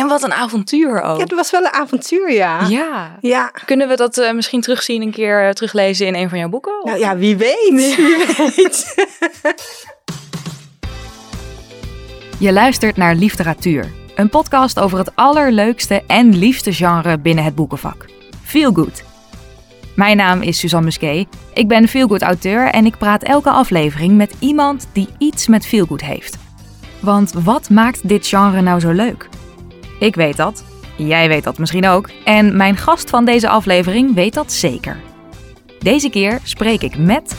wat een avontuur ook. Ja, dat was wel een avontuur, Oh. ja. Ja. Ja. Kunnen we dat eh, misschien terugzien, een keer eh, teruglezen in een van jouw boeken? Of- Nou ja, wie weet. Wie weet. Je luistert naar Literatuur, een podcast over het allerleukste en liefste genre binnen het boekenvak: Feelgood. Mijn naam is Suzanne Musquet, ik ben Feelgood auteur en ik praat elke aflevering met iemand die iets met Feelgood heeft. Want wat maakt dit genre nou zo leuk? Ik weet dat, jij weet dat misschien ook, en mijn gast van deze aflevering weet dat zeker. Deze keer spreek ik met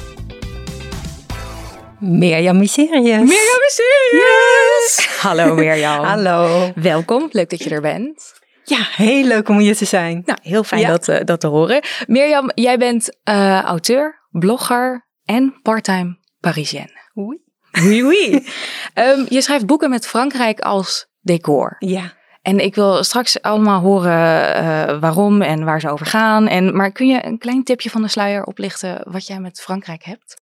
Mirjam Miserius. Mirjam is hier! Hallo Mirjam. Hallo. Welkom, leuk dat je er bent. Oh. Ja, heel leuk om hier te zijn. Nou, heel fijn Ja. dat, eh, dat te horen. Mirjam, jij bent eh, auteur, blogger en parttime Parisienne. Oei. Oui, oui. Ehm, je schrijft boeken met Frankrijk als decor. Ja. En ik wil straks allemaal horen eh, waarom en waar ze over gaan. En, maar kun je een klein tipje van de sluier oplichten wat jij met Frankrijk hebt?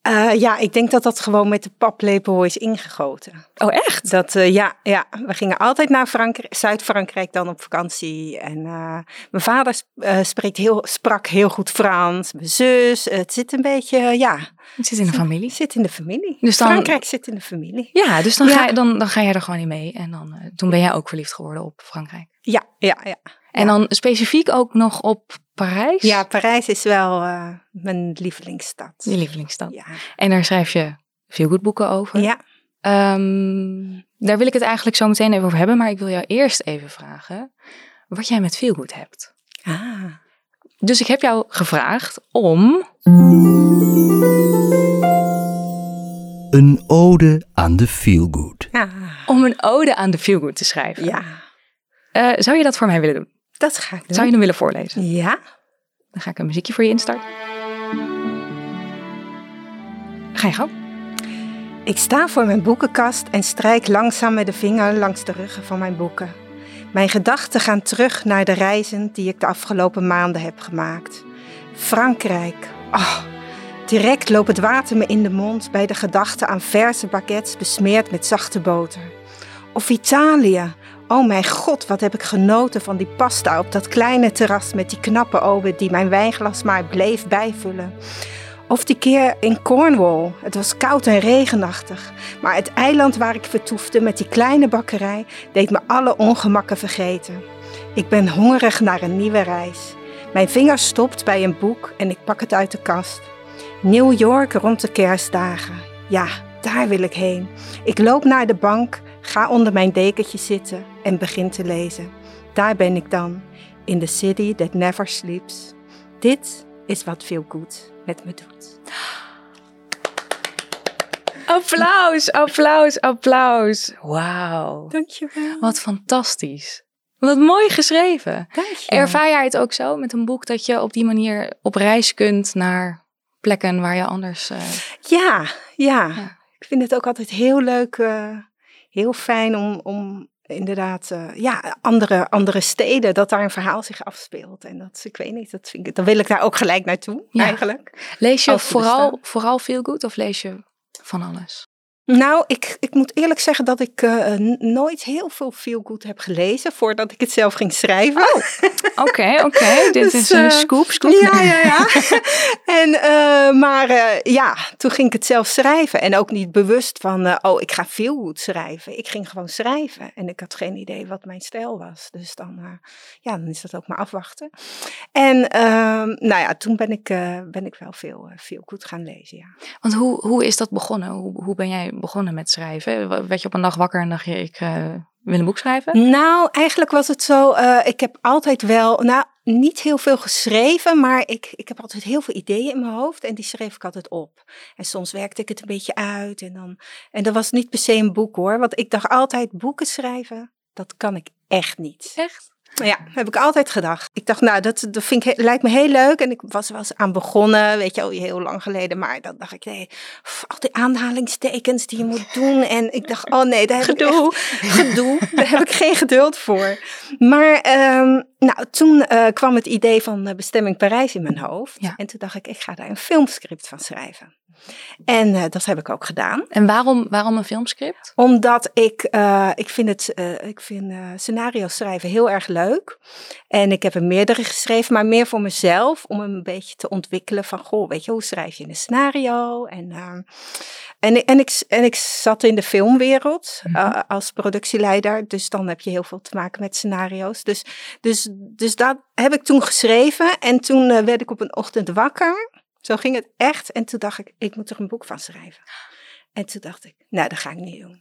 Eh, ja, ik denk dat dat gewoon met de paplepel is ingegoten. Oh, echt? Dat, eh, ja, ja, we gingen altijd naar Frankrijk, Zuid-Frankrijk dan op vakantie. En eh, mijn vader sp- eh, spreekt heel, sprak heel goed Frans. Mijn zus, het zit een beetje, eh, ja, Het zit in de familie. het zit in de familie. Dus dan- Frankrijk zit in de familie. Ja, dus dan, Ja. Ga, je- dan, dan ga jij er gewoon in mee. En dan, eh, toen ben jij ook verliefd geworden op Frankrijk. Ja, ja, ja. En dan specifiek ook nog op Parijs. Ja, Parijs is wel eh, mijn lievelingsstad. Je lievelingsstad. Ja. En daar schrijf je veel goed boeken over. ja. Ehm, daar wil ik het eigenlijk zo meteen even over hebben. Maar ik wil jou eerst even vragen wat jij met veel goed hebt. Ah. Dus ik heb jou gevraagd om... Een ode aan de feelgood. Ah. Om een ode aan de feelgood te schrijven. Ja, Eh, zou je dat voor mij willen doen? dat ga ik doen. Zou je hem willen voorlezen? Ja. Dan ga ik een muziekje voor je instarten. Ga je gang. Ik sta voor mijn boekenkast en strijk langzaam met de vinger langs de ruggen van mijn boeken. Mijn gedachten gaan terug naar de reizen die ik de afgelopen maanden heb gemaakt. Frankrijk. Oh, direct loopt het water me in de mond bij de gedachte aan verse baguettes besmeerd met zachte boter. Of Italië. Oh mijn god, wat heb ik genoten van die pasta op dat kleine terras met die knappe oven die mijn wijnglas maar bleef bijvullen. Of die keer in Cornwall. Het was koud en regenachtig. Maar het eiland waar ik vertoefde met die kleine bakkerij deed me alle ongemakken vergeten. Ik ben hongerig naar een nieuwe reis. Mijn vinger stopt bij een boek en ik pak het uit de kast. New York rond de kerstdagen. Ja, daar wil ik heen. Ik loop naar de bank, ga onder mijn dekentje zitten en begin te lezen. Daar ben ik dan, in the city that never sleeps. Dit is wat veel goed met me doet. Applaus, applaus, applaus. Wauw. Dankjewel. Wat fantastisch. Wat mooi geschreven. Dankjewel. Ervaar jij het ook zo met een boek dat je op die manier op reis kunt naar plekken waar je anders. eh, Ja, ja, Ja. Ik vind het ook altijd heel leuk, eh, heel fijn om, om inderdaad, eh, ja, andere, andere steden, dat daar een verhaal zich afspeelt. En dat, ik weet niet, dat vind ik, dan wil ik daar ook gelijk naartoe, Ja. eigenlijk. Lees je Als ze vooral, bestaan. vooral veel goed of lees je van alles? Nou, ik, ik moet eerlijk zeggen dat ik eh, n- nooit heel veel feelgood heb gelezen voordat ik het zelf ging schrijven. Oké, oké. Dit Dus, is een eh, scoop, scoop. Ja, ja, ja. en, eh, maar eh, ja, toen ging ik het zelf schrijven. En ook niet bewust van, eh, oh, ik ga veel goed schrijven. Ik ging gewoon schrijven. En ik had geen idee wat mijn stijl was. Dus dan, eh, ja, dan is dat ook maar afwachten. En ehm, nou ja, toen ben ik, eh, ben ik wel veel, veel goed gaan lezen, ja. Want hoe, hoe is dat begonnen? Hoe, hoe ben jij begonnen met schrijven? W- Werd je op een dag wakker en dacht je, ik eh, wil een boek schrijven? Nou, eigenlijk was het zo, eh, ik heb altijd wel, nou, niet heel veel geschreven, maar ik, ik heb altijd heel veel ideeën in mijn hoofd en die schreef ik altijd op. En soms werkte ik het een beetje uit en dan, en dat was niet per se een boek hoor, want ik dacht altijd, boeken schrijven, dat kan ik echt niet. Echt? Ja, heb ik altijd gedacht. Ik dacht, nou, dat, dat vind ik, he- lijkt me heel leuk. En ik was er wel eens aan begonnen, weet je, al heel lang geleden. Maar dan dacht ik, nee, pff, al die aanhalingstekens die je moet doen. En ik dacht, oh nee, daar heb Gedoe. ik echt, gedoe. Daar heb ik geen geduld voor. Maar ehm, nou, toen eh, kwam het idee van eh, Bestemming Parijs in mijn hoofd. Ja. En toen dacht ik, ik ga daar een filmscript van schrijven. En eh, dat heb ik ook gedaan. En waarom, waarom een filmscript? Omdat ik, eh, ik vind, het, eh, ik vind eh, scenario schrijven heel erg leuk. En ik heb er meerdere geschreven, maar meer voor mezelf. Om een beetje te ontwikkelen van, goh, weet je, hoe schrijf je een scenario? En, eh, en, ik- en, ik, en ik zat in de filmwereld eh, als productieleider. Dus dan heb je heel veel te maken met scenario's. Dus, dus, dus dat heb ik toen geschreven. En toen eh, werd ik op een ochtend wakker. Zo ging het echt. En toen dacht ik, ik moet er een boek van schrijven. En toen dacht ik, nou, dat ga ik niet doen.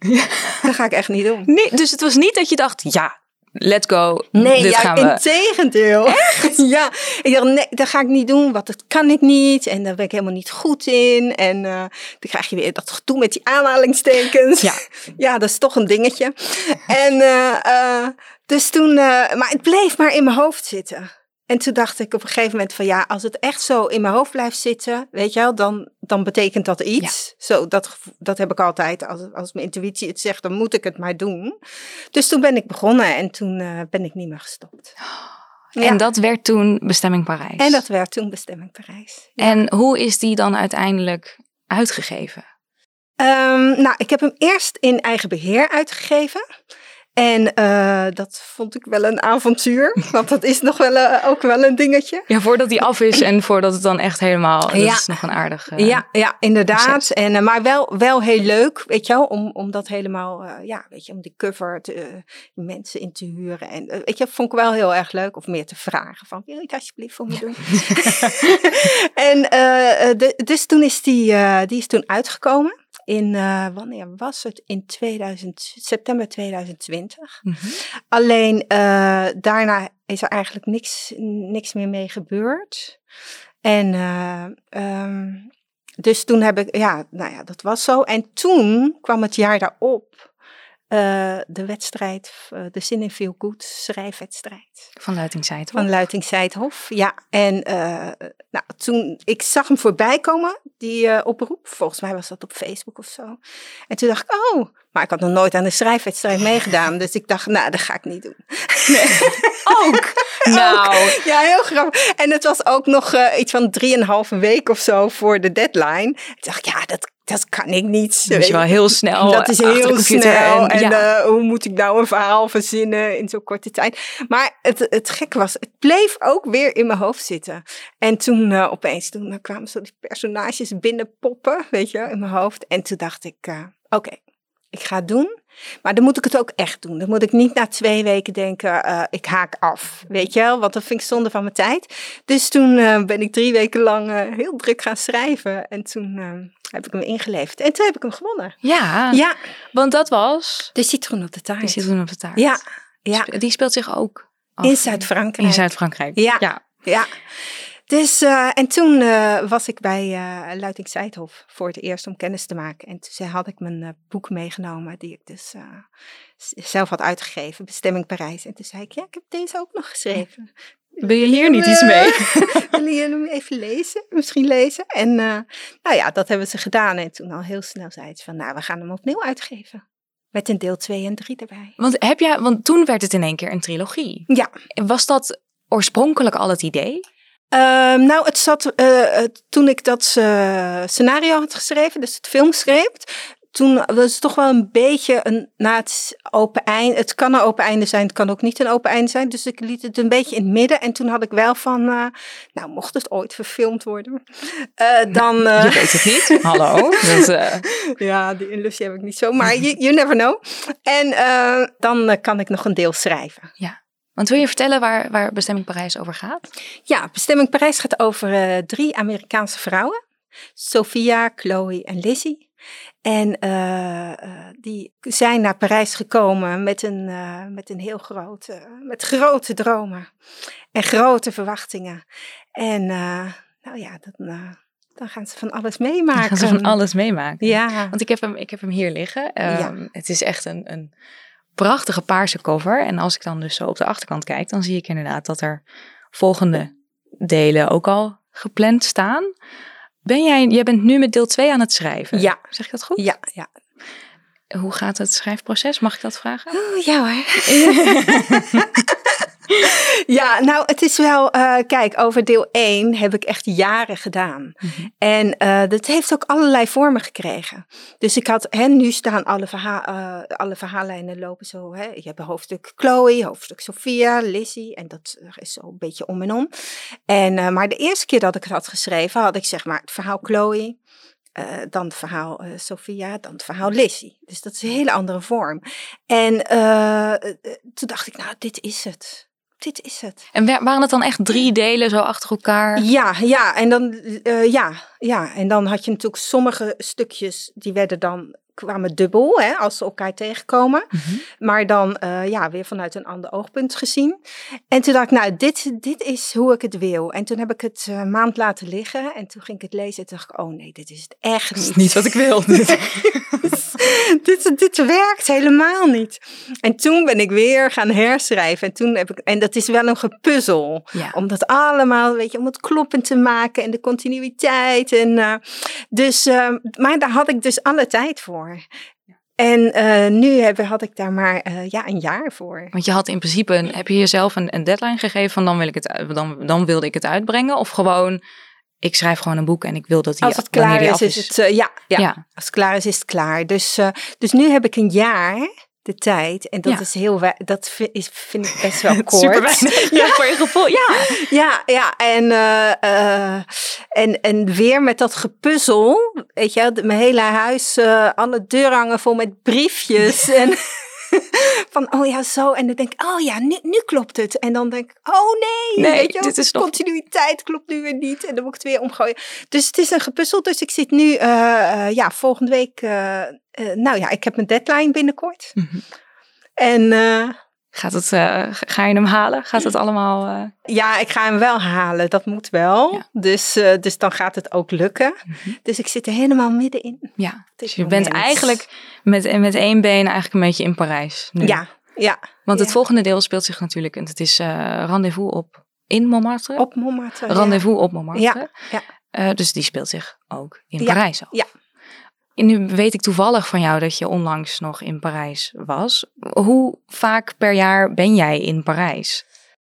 Dat ga ik echt niet doen. Nee, dus het was niet dat je dacht, ja, let's go, Nee, dit ja, gaan we. integendeel. Echt? Ja, ik dacht, nee, dat ga ik niet doen, want dat kan ik niet. En daar ben ik helemaal niet goed in. En eh, dan krijg je weer dat gedoe met die aanhalingstekens. Ja. ja dat is toch een dingetje. en eh, eh, dus toen, eh, maar het bleef maar in mijn hoofd zitten. En toen dacht ik op een gegeven moment van ja, als het echt zo in mijn hoofd blijft zitten, weet je wel, dan, dan betekent dat iets. Zo, dat, gevo- dat heb ik altijd. Als, als mijn intuïtie het zegt, dan moet ik het maar doen. Dus toen ben ik begonnen en toen eh, ben ik niet meer gestopt. Ja. En dat werd toen Bestemming Parijs. En dat werd toen Bestemming Parijs. En hoe is die dan uiteindelijk uitgegeven? Ehm, nou, ik heb hem eerst in eigen beheer uitgegeven. En eh, dat vond ik wel een avontuur, want dat is nog wel, eh, ook wel een dingetje. Ja, voordat die af is en voordat het dan echt helemaal... Dat Ja. is nog een aardig... eh, Ja, ja inderdaad. proces. En, eh, maar wel, wel heel leuk, weet je wel, om, om dat helemaal, eh, ja, weet je, om die cover te, eh, mensen in te huren. En eh, weet je, vond ik wel heel erg leuk, of meer te vragen van, wil je het alsjeblieft voor me doen? en eh, eh, de- dus toen is die, eh, die is toen uitgekomen. In, eh, wanneer was het? In 2000, september 2020. Mhm. Alleen eh, daarna is er eigenlijk niks, niks meer mee gebeurd. En eh, ehm, dus toen heb ik, ja, nou ja, dat was zo. En toen kwam het jaar daarop eh, de wedstrijd, eh, de Zin in Veel Goed schrijfwedstrijd Van Luitingzijd, van Luiting Zijdhof. Ja, en eh, nou, toen, ik zag hem voorbij komen, die eh, oproep. Volgens mij was dat op Facebook of zo. En toen dacht ik, oh, maar ik had nog nooit aan de schrijfwedstrijd meegedaan. Dus ik dacht, nou, dat ga ik niet doen. Ook! nou, Ja, heel grappig. En het was ook nog eh, iets van drieënhalve week of zo voor de deadline. Toen dacht ik, ja, dat, dat kan ik niet. dat is wel heel snel. dat is achter de heel computer snel. En, ja. eh, hoe moet ik nou een verhaal verzinnen in zo'n korte tijd? Maar het, het gekke was, het bleef ook weer in mijn hoofd zitten. En toen eh, opeens, toen eh, kwamen zo die personages binnenpoppen, weet je, in mijn hoofd. En toen dacht ik, eh, oké, ik ga het doen. Maar dan moet ik het ook echt doen. Dan moet ik niet na twee weken denken, eh, ik haak af. Weet je wel, want dat vind ik zonde van mijn tijd. Dus toen eh, ben ik drie weken lang eh, heel druk gaan schrijven. En toen eh, heb ik hem ingeleverd. En toen heb ik hem gewonnen. ja, Ja, want dat was... de citroen op de taart. Die zit toen op Ah. de taart. Ja, ja. Sp- Die speelt zich ook af In Zuid-Frankrijk. in Zuid-Frankrijk. Ja. ja. Ja. Dus, eh, en toen eh, was ik bij eh Luiting Zijdhof voor het eerst om kennis te maken. En toen zei- had ik mijn eh, boek meegenomen, die ik dus eh, z- zelf had uitgegeven, Bestemming Parijs. En toen zei ik, ja, ik heb deze ook nog geschreven. Wil je hier niet iets mee? Willen jullie hem even lezen? Misschien lezen? En eh, nou ja, dat hebben ze gedaan. En toen al heel snel zei ze van, nou, we gaan hem opnieuw uitgeven. Met een deel 2 en 3 erbij. Want, heb jij, want toen werd het in één keer een trilogie. Ja, Was dat oorspronkelijk al het idee? Ehm, nou, het zat eh, eh, toen ik dat eh, scenario had geschreven, dus het filmscript. Toen was het toch wel een beetje een, na het open einde. Het kan een open einde zijn, het kan ook niet een open einde zijn. Dus ik liet het een beetje in het midden. En toen had ik wel van, eh, nou, mocht het ooit verfilmd worden, eh, dan. eh, Je weet het niet. Hallo. Dat, eh, ja, die illusie heb ik niet zo, maar you, you never know. En eh, dan eh, kan ik nog een deel schrijven. want wil je vertellen waar, waar Bestemming Parijs over gaat? Ja, Bestemming Parijs gaat over eh, drie Amerikaanse vrouwen. Sophia, Chloe en Lizzie. En eh, eh, die zijn naar Parijs gekomen met een, eh, met een heel grote, met grote dromen en grote verwachtingen. En eh, nou ja, dan, eh, dan gaan ze van alles meemaken. Gaan ze van alles meemaken? Ja, Want ik heb hem, ik heb hem hier liggen. Ja. Ehm, Het is echt een, een prachtige paarse cover. En als ik dan dus zo op de achterkant kijk, dan zie ik inderdaad dat er volgende delen ook al gepland staan. Ben jij, jij bent nu met deel 2 aan het schrijven. Ja. Zeg ik dat goed? ja, ja. Hoe gaat het schrijfproces? Mag ik dat vragen? Oh, ja hoor. Ja, nou, het is wel, eh, kijk, over deel 1 heb ik echt jaren gedaan. En eh, dat heeft ook allerlei vormen gekregen. Dus ik had, hè, nu staan alle, verha eh, alle verhaallijnen lopen zo. Hè. Je hebt hoofdstuk Chloe, hoofdstuk Sophia, Lizzie. En dat is zo een beetje om en om. En, eh, maar de eerste keer dat ik het had geschreven, had ik zeg maar het verhaal Chloe. eh, dan het verhaal eh, Sophia, dan het verhaal Lizzie. Dus dat is een hele andere vorm. En eh, eh, toen dacht ik, nou, dit is het. Dit is het. En wa- waren het dan echt drie delen zo achter elkaar? Ja, ja, en dan, eh, ja, ja. En dan had je natuurlijk sommige stukjes die werden dan kwamen dubbel, hè, als ze elkaar tegenkomen. Maar dan eh, ja, weer vanuit een ander oogpunt gezien. En toen dacht ik, nou, dit, dit is hoe ik het wil. En toen heb ik het eh, een maand laten liggen. En toen ging ik het lezen en toen dacht ik, oh nee, dit is het echt Dat niet. is niet wat ik wil. dit, dit werkt helemaal niet. En toen ben ik weer gaan herschrijven. En, toen heb ik, en dat is wel een gepuzzel. Ja. Om dat allemaal, weet je, om het kloppend te maken en de continuïteit. En, eh, dus, eh, maar daar had ik dus alle tijd voor. En eh, nu heb, had ik daar maar eh, ja, een jaar voor. Want je had in principe, een- heb je jezelf een, een deadline gegeven van dan, wil ik het, uit- dan, dan wilde ik het uitbrengen? Of gewoon, ik schrijf gewoon een boek en ik wil dat die, Als het wanneer klaar die is, af is het. eh, ja, ja, Ja. als het klaar is, is het klaar. Dus, eh, dus nu heb ik een jaar de tijd. En dat Ja. is heel. wei- Dat vind, is, vind ik best wel kort. Super weinig ja. voor je gevoel. Ja, Ja, ja. En, eh, eh, en, en weer met dat gepuzzel. Weet je, wel, mijn hele huis, eh, alle deuren hangen vol met briefjes. en van, oh ja, zo. En dan denk ik, oh ja, nu, nu klopt het. En dan denk ik, oh nee. Nee, weet je, wel, dit is nog- Continuïteit klopt nu weer niet. En dan moet ik het weer omgooien. Dus het is een gepuzzel. Dus ik zit nu, eh, eh, ja, volgende week. eh, eh, nou ja, ik heb mijn deadline binnenkort. Mhm. En... eh, Gaat het, eh, ga je hem halen? Gaat het allemaal... eh, Ja, ik ga hem wel halen. Dat moet wel. Ja. Mhm. Dus, eh, dus dan gaat het ook lukken. Dus ik zit er helemaal middenin. ja, dit dus je bent moment. eigenlijk met, met één been eigenlijk een beetje in Parijs nu. Ja, ja. Want het ja. volgende deel speelt zich natuurlijk, en het is eh, rendezvous op in Montmartre. Op Montmartre. ja. rendezvous op Montmartre. ja. Eh, dus die speelt zich ook in Ja, Parijs af. ja. En Nu weet ik toevallig van jou dat je onlangs nog in Parijs was. Hoe vaak per jaar ben jij in Parijs?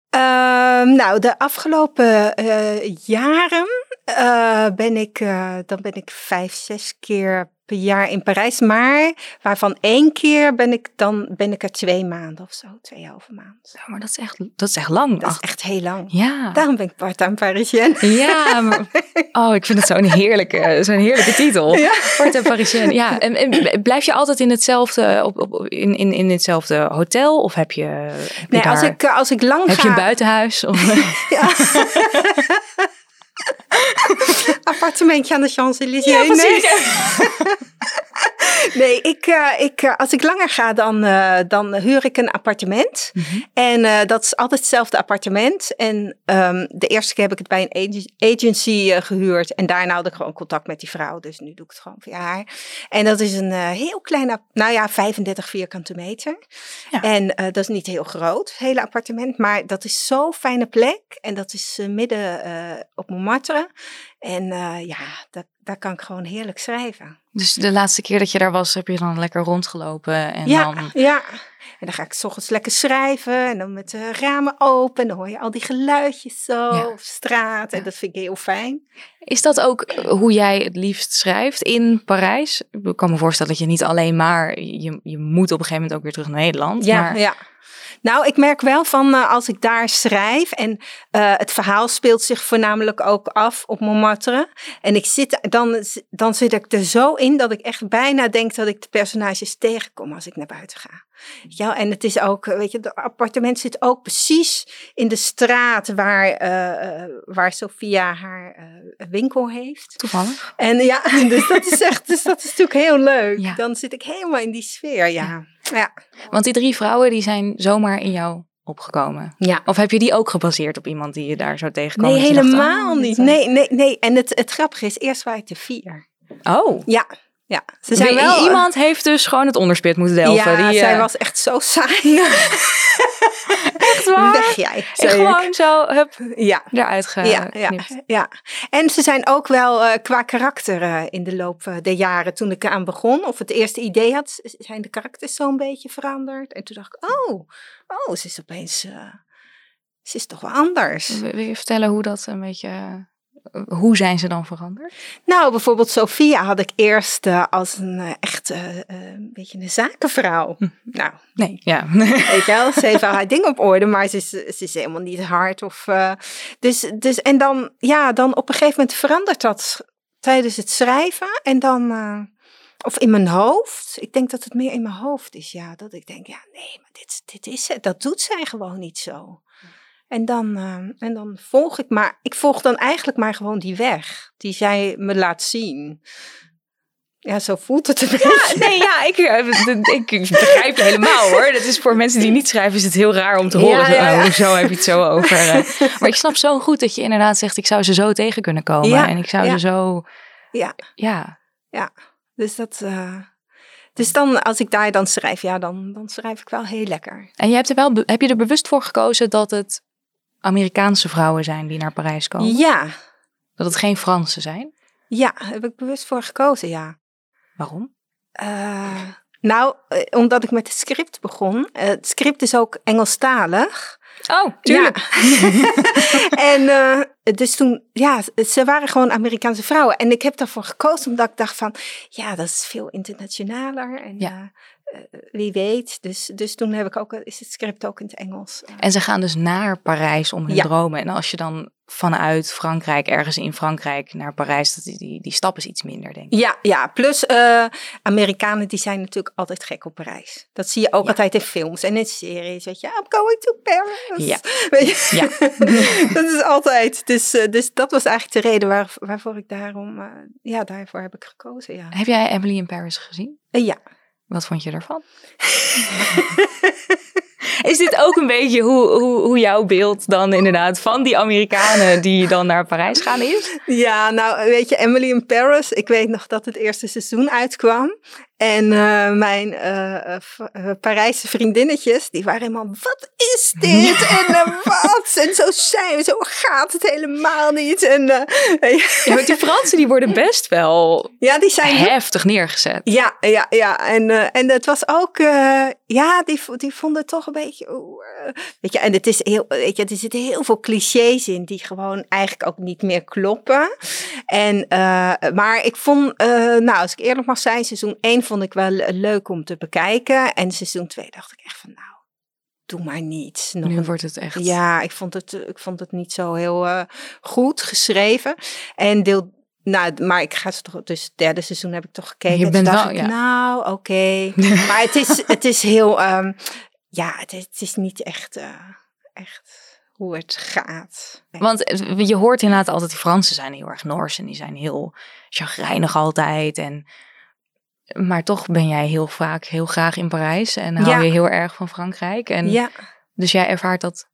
Ehm, nou, de afgelopen eh, jaren eh, ben ik, eh, dan ben ik vijf, zes keer per jaar in Parijs. Maar waarvan één keer ben ik, dan ben ik er twee maanden of zo. Tweeënhalve maand. Ja, maar dat is echt, dat is echt lang. Dat is Ach, echt heel lang. Ja. Daarom ben ik part-time Parisienne. Ja, maar- oh, ik vind het zo'n heerlijke, zo'n heerlijke titel. Ja. Porte Parisienne. Ja, en, en blijf je altijd in hetzelfde, op, op, in, in, in hetzelfde hotel? Of heb je, heb je Nee, als daar- ik, eh, als ik lang heb ga... je een buitenhuis? Of, Ja. Appartementje aan de Champs-Élysées. nee, nee ik, eh, ik, eh, als ik langer ga, dan, eh, dan huur ik een appartement. En eh, dat is altijd hetzelfde appartement. En ehm, de eerste keer heb ik het bij een ag- agency eh, gehuurd. En daarna had ik gewoon contact met die vrouw. Dus nu doe ik het gewoon via haar. En dat is een eh, heel klein, app- nou ja, 35 vierkante meter. Ja. En eh, dat is niet heel groot, het hele appartement. Maar dat is zo'n fijne plek. En dat is eh, midden eh, op Montmartre. En eh, ja, daar, daar kan ik gewoon heerlijk schrijven. Dus de laatste keer dat je daar was, heb je dan lekker rondgelopen en ja, dan... ja. En dan ga ik 's ochtends lekker schrijven. En dan met de ramen open. En dan hoor je al die geluidjes zo Ja. op straat. En dat vind ik heel fijn. Is dat ook eh, hoe jij het liefst schrijft in Parijs? Ik kan me voorstellen dat je niet alleen maar... Je, je moet op een gegeven moment ook weer terug naar Nederland. Ja, maar, ja. Nou, ik merk wel van eh, als ik daar schrijf en eh, het verhaal speelt zich voornamelijk ook af op Montmartre. En ik zit, dan, dan zit ik er zo in dat ik echt bijna denk dat ik de personages tegenkom als ik naar buiten ga. Ja, en het is ook, eh, weet je, het appartement zit ook precies in de straat waar, eh, eh, waar Sophia haar eh, winkel heeft. Toevallig. En ja, dus dat is echt, dus dat is natuurlijk heel leuk. Ja. Dan zit ik helemaal in die sfeer, ja. Ja. Want die drie vrouwen die zijn zomaar in jou opgekomen. ja. Of heb je die ook gebaseerd op iemand die je daar zo tegenkwam? Nee, dat je dacht, helemaal oh, dit, niet. eh, Nee, nee, nee. En het, het grappige is, eerst waren het er vier. Oh. Ja, ja. Ze Wie- Iemand heeft dus gewoon het onderspit moeten delven. ja, die, eh, zij was echt zo saai. echt waar. Weg jij, En zei ik. gewoon zo, hup, Ja. eruit geknipt. Ja, ja, ja, en ze zijn ook wel eh, qua karakter eh, in de loop eh, der jaren, toen ik eraan begon, of het eerste idee had, z- zijn de karakters zo'n beetje veranderd. En toen dacht ik, oh, oh, ze is opeens eh, Ze is toch wel anders. Wil je vertellen hoe dat een beetje... eh, Hoe zijn ze dan veranderd? Nou, bijvoorbeeld Sophia had ik eerst eh, als een eh, echt eh, eh, een beetje een zakenvrouw. Nou, Nee, ja. Weet je wel, ze heeft wel haar ding op orde, maar ze is, ze is helemaal niet hard. Of, eh, dus, dus, en dan, ja, dan op een gegeven moment verandert dat s- tijdens het schrijven. En dan, eh, of in mijn hoofd. Ik denk dat het meer in mijn hoofd is, ja. Dat ik denk, ja, nee, maar dit, dit is het. Dat doet zij gewoon niet zo. En dan, eh, en dan volg ik maar, ik volg dan eigenlijk maar gewoon die weg die zij me laat zien. Ja, zo voelt het een beetje. Nee, ja, ik, eh, ik, ik begrijp je helemaal hoor. Dat is voor mensen die niet schrijven, is het heel raar om te horen. Ja, Zo, ja, ja. oh, hoezo heb je het zo over? eh. Maar ik snap zo goed dat je inderdaad zegt, ik zou ze zo tegen kunnen komen. Ja, en ik zou ja. ze zo... Ja. Ja, Dus dat. eh, dus dan, als ik daar dan schrijf, ja, dan, dan schrijf ik wel heel lekker. en je hebt er wel, be- heb je er bewust voor gekozen dat het Amerikaanse vrouwen zijn die naar Parijs komen? Ja, Dat het geen Fransen zijn? ja, daar heb ik bewust voor gekozen, ja. Waarom? Eh, nou, eh, omdat ik met het script begon. eh, het script is ook Engelstalig. Oh, Ja. en eh, dus toen, ja, ze waren gewoon Amerikaanse vrouwen. En ik heb daarvoor gekozen omdat ik dacht van, ja, dat is veel internationaler. En Ja. eh, eh, wie weet. Dus, dus toen heb ik ook, is het script ook in het Engels. eh, En ze gaan dus naar Parijs om hun Ja. dromen. En als je dan vanuit Frankrijk, ergens in Frankrijk, naar Parijs, dat die, die, die stap is iets minder, denk ik. Ja, ja. plus eh, Amerikanen die zijn natuurlijk altijd gek op Parijs. Dat zie je ook altijd in films en in series. Weet je, I'm going to Paris. Ja. Weet je? Ja. dat is altijd. Dus, eh, dus dat was eigenlijk de reden waar, waarvoor ik daarom, eh, ja, daarvoor heb ik gekozen. Ja. Heb jij Emily in Paris gezien? Eh, ja. Wat vond je ervan? Is dit ook een beetje hoe, hoe, hoe jouw beeld dan inderdaad van die Amerikanen die dan naar Parijs gaan is? Ja, nou weet je, Emily in Paris. Ik weet nog dat het eerste seizoen uitkwam. En eh, mijn eh, eh, v- eh, Parijse vriendinnetjes, die waren helemaal, wat is dit? En eh, wat? En zo zijn we, zo gaat het helemaal niet. En, eh, Ja, want die Fransen die worden best wel ja, die zijn... heftig neergezet. Ja, ja, ja. En, eh, en het was ook, eh, ja, die, vo- die vonden het toch een beetje, oeh, eh. weet je, en het is heel, weet je, er zitten heel veel clichés in die gewoon eigenlijk ook niet meer kloppen. En, eh, maar ik vond, eh, nou, als ik eerlijk mag zijn, seizoen 1 vond ik wel eh, leuk om te bekijken. En seizoen 2 dacht ik echt van, nou, doe maar niets. Nog Nu een wordt het echt... ja, ik vond het, eh, ik vond het niet zo heel eh, goed geschreven. En deel, nou, maar ik ga ze toch, dus het derde seizoen heb ik toch gekeken. Je En bent toen dacht wel- ik, ja. nou, oké. maar het is, het is heel, ehm, ja, het is, het is niet echt, eh, echt hoe het gaat. Nee. Want eh, je hoort inderdaad altijd, die Fransen zijn heel erg Noors en die zijn heel chagrijnig altijd. En, maar toch ben jij heel vaak heel graag in Parijs en hou Ja. je heel erg van Frankrijk. En, ja. Dus jij ervaart dat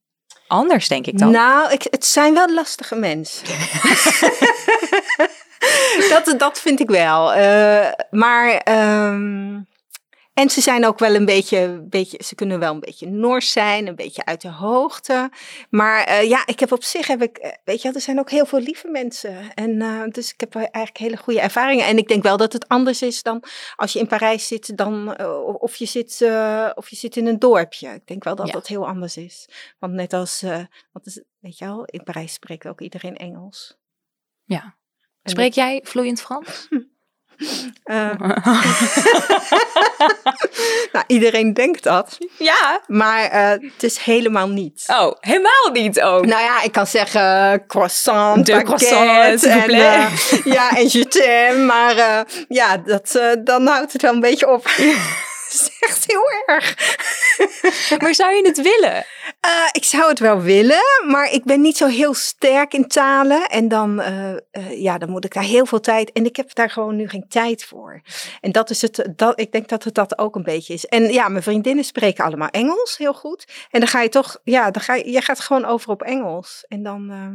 anders, denk ik dan. Nou, ik, het zijn wel lastige mensen. dat, dat vind ik wel. Eh, maar, ehm, en ze zijn ook wel een beetje, beetje, ze kunnen wel een beetje Noors zijn, een beetje uit de hoogte. Maar eh, ja, ik heb op zich, heb ik, eh, weet je wel, er zijn ook heel veel lieve mensen. En eh, dus ik heb wel eigenlijk hele goede ervaringen. En ik denk wel dat het anders is dan als je in Parijs zit, dan, eh, of, je zit, eh, of je zit in een dorpje. Ik denk wel dat Ja. dat heel anders is. Want net als, eh, want is, weet je wel, in Parijs spreekt ook iedereen Engels. Ja. Spreek jij vloeiend Frans? Eh, Ehm. nou, iedereen denkt dat, ja. maar eh, het is helemaal niet. Oh, helemaal niet ook. Nou ja, ik kan zeggen eh, croissant, De baguette croissant, s'il vous en, plaît. eh, ja, en je t'aime, maar eh, ja, dat, eh, dan houdt het wel een beetje op. Het is echt heel erg. Maar zou je het willen? Eh, ik zou het wel willen, maar ik ben niet zo heel sterk in talen. En dan, eh, eh, ja, dan moet ik daar heel veel tijd. En ik heb daar gewoon nu geen tijd voor. En dat is het, eh, dat, ik denk dat het dat ook een beetje is. En ja, mijn vriendinnen spreken allemaal Engels heel goed. En dan ga je toch, ja, dan ga je, je gaat gewoon over op Engels. En dan, eh,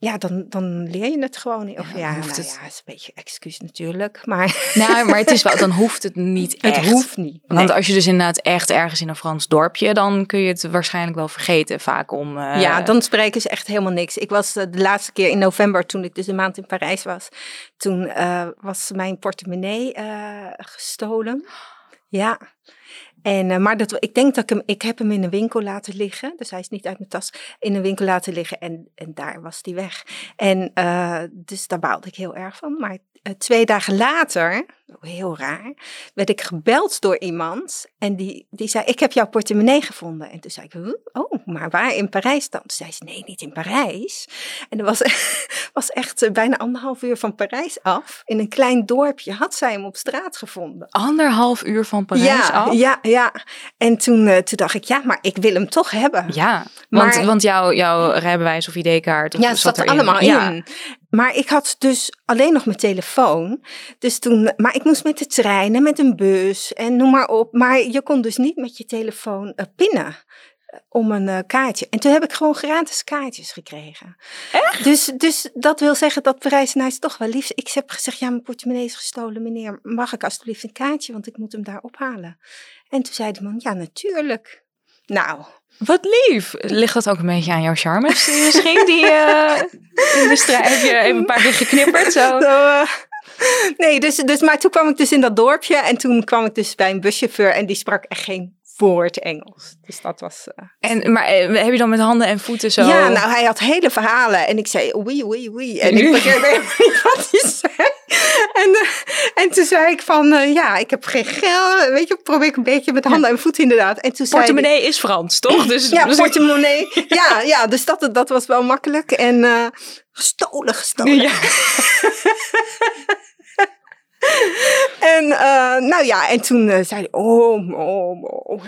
ja, dan, dan leer je het gewoon. niet. Of Ja, ja, dan nou hoeft het- ja, is een beetje excuus natuurlijk. Maar Nou, maar het is wel, dan hoeft het niet het echt. hoeft niet. Want Nee. als je dus inderdaad echt ergens in een Frans dorpje, dan kun je het waarschijnlijk wel vergeten vaak om... eh, Ja, dan spreken ze echt helemaal niks. Ik was eh, de laatste keer in november, toen ik dus een maand in Parijs was, toen eh, was mijn portemonnee eh, gestolen. Ja. En, eh, maar dat, ik denk dat ik hem, ik heb hem in een winkel laten liggen. Dus hij is niet uit mijn tas. In een winkel laten liggen en, en daar was hij weg. En eh, dus daar baalde ik heel erg van. Maar eh, twee dagen later, heel raar, werd ik gebeld door iemand. En die, die zei, ik heb jouw portemonnee gevonden. En toen zei ik, huh? oh, maar waar in Parijs dan? Toen zei ze, nee, niet in Parijs. En dat was, was echt eh, bijna anderhalf uur van Parijs af. In een klein dorpje had zij hem op straat gevonden Anderhalf uur van Parijs ja, af. Ja, ja. En toen, eh, toen dacht ik, ja, maar ik wil hem toch hebben. Ja, want, Maar- want jouw, jouw rijbewijs of ID-kaart of Ja, het zat er erin. allemaal Ja. in. Maar ik had dus alleen nog mijn telefoon. Dus toen, maar ik moest met de trein en met een bus en noem maar op. Maar je kon dus niet met je telefoon eh, pinnen eh, om een eh, kaartje. En toen heb ik gewoon gratis kaartjes gekregen. Echt? Dus, dus dat wil zeggen dat Parijs-Nice toch wel lief is. Ik heb gezegd, ja, mijn portemonnee is gestolen, meneer. Mag ik alsjeblieft een kaartje, want ik moet hem daar ophalen. En toen zei de man, ja, natuurlijk. Nou, Wat lief. Ligt dat ook een beetje aan jouw charmes misschien? Die eh, in de strijd heb je even een paar keer geknipperd zo. Zo, eh, nee, dus, dus, maar toen kwam ik dus in dat dorpje en toen kwam ik dus bij een buschauffeur en die sprak echt geen woord Engels. Dus dat was... eh, En, maar eh, heb je dan met handen en voeten zo... Ja, nou, hij had hele verhalen en ik zei oui, oui, oui. En ik Nu? begreep helemaal niet wat hij zei. En, eh, en toen zei ik van, eh, ja, ik heb geen geld, weet je, probeer ik een beetje met handen en voeten inderdaad. En toen zei hij- Portemonnee is Frans, toch? Dus, Ja, dus- portemonnee. Ja, ja dus dat, dat was wel makkelijk. En eh, gestolen, gestolen. Ja. En eh, nou ja, en toen eh, zei hij, oh, oh, oh,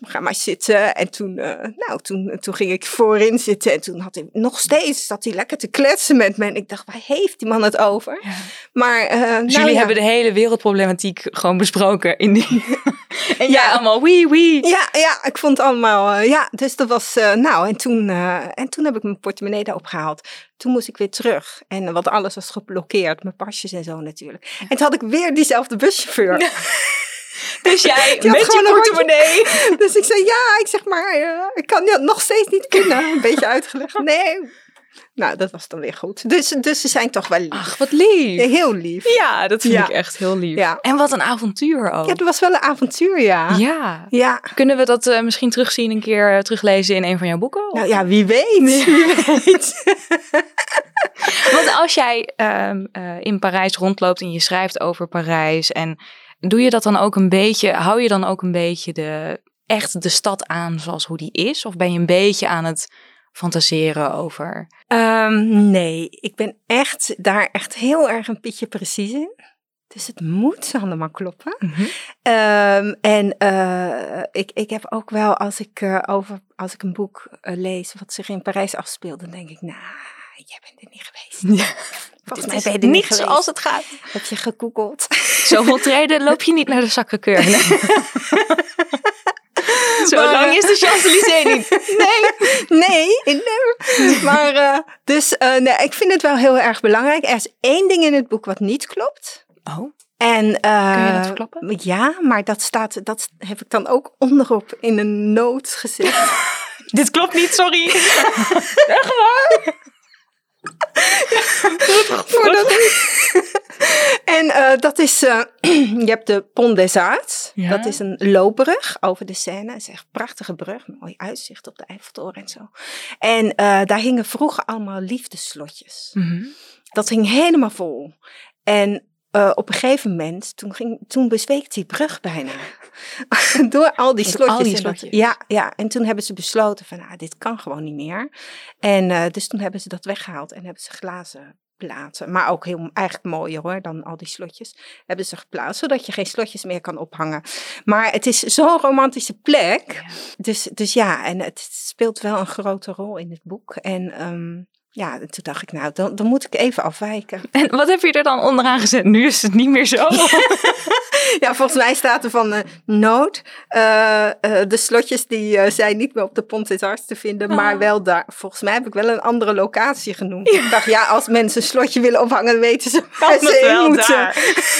ga maar zitten. En toen, eh, nou, toen, toen ging ik voorin zitten. En toen had hij nog steeds, zat hij lekker te kletsen met me. En ik dacht, waar heeft die man het over? Ja. Maar, eh, nou Dus jullie ja. hebben de hele wereldproblematiek gewoon besproken. In die... en jij Ja. allemaal wee wee. Ja, ja, ik vond het allemaal, eh, ja, dus dat was, eh, nou, en toen, eh, en toen heb ik mijn portemonnee daar opgehaald. Toen moest ik weer terug, en, eh, want alles was geblokkeerd, mijn pasjes en zo natuurlijk. En toen had ik weer diezelfde buschauffeur. Dus jij Die had met je gewoon een handje. portemonnee. Dus ik zei, ja, ik zeg maar, eh, ik kan dat nog steeds niet kunnen. Een beetje uitgelegd, nee. Nou, dat was dan weer goed. Dus, dus ze zijn toch wel lief. Ach, wat lief. Heel lief. Ja, dat vind Ja. ik echt heel lief. Ja. En wat een avontuur ook. Ja, dat was wel een avontuur, ja. Ja. Ja. Kunnen we dat eh, misschien terugzien, een keer eh, teruglezen in een van jouw boeken? Nou ja, wie weet. Wie weet. Want als jij ehm, eh, in Parijs rondloopt en je schrijft over Parijs en doe je dat dan ook een beetje, hou je dan ook een beetje de, echt de stad aan zoals hoe die is? Of ben je een beetje aan het fantaseren over? Ehm, nee, ik ben echt daar echt heel erg een pietje precies in. Dus het moet allemaal kloppen. Ehm, en eh, ik, ik heb ook wel, als ik, eh, over, als ik een boek eh, lees wat zich in Parijs afspeelt, dan denk ik, nou, jij bent er niet geweest. Volgens mij ben je er niet geweest. zoals het gaat. Heb je gegoogeld? Zoveel treden loop je niet naar de Sacré-Cœur. Zo Maar, lang eh, is de Champs-Élysées niet. nee, nee, ik never. Maar eh, dus, eh, nee, ik vind het wel heel erg belangrijk. Er is één ding in het boek wat niet klopt. Oh, En, eh, Kun je dat verklappen? Ja, maar dat, staat, dat heb ik dan ook onderop in een noot gezet. dit klopt niet, sorry. Voor dat- en eh, dat is, eh, je hebt de Pont des Arts. Ja. Dat is een loopbrug over de Seine. Dat is echt een prachtige brug, mooi uitzicht op de Eiffeltoren en zo. En eh, daar hingen vroeger allemaal liefdeslotjes. Mhm. Dat ging helemaal vol. En eh, op een gegeven moment, toen, ging, toen bezweek die brug bijna. Door al die Door slotjes. al die en dat- slotjes. ja, ja, en toen hebben ze besloten van, ah, dit kan gewoon niet meer. En eh, dus toen hebben ze dat weggehaald en hebben ze glazen platen. Maar ook heel, eigenlijk mooier hoor, dan al die slotjes. Hebben ze geplaatst, zodat je geen slotjes meer kan ophangen. Maar het is zo'n romantische plek. Dus, dus ja, en het speelt wel een grote rol in het boek. En ehm, ja, toen dacht ik, nou, dan, dan moet ik even afwijken. En wat heb je er dan onderaan gezet? Nu is het niet meer zo. Ja, volgens mij staat er van eh, nood. eh, eh, de slotjes die eh, zijn niet meer op de Pont des Arts te vinden, maar wel daar. Volgens mij heb ik wel een andere locatie genoemd. Ik dacht, ja, als mensen een slotje willen ophangen, weten ze waar ze in moeten.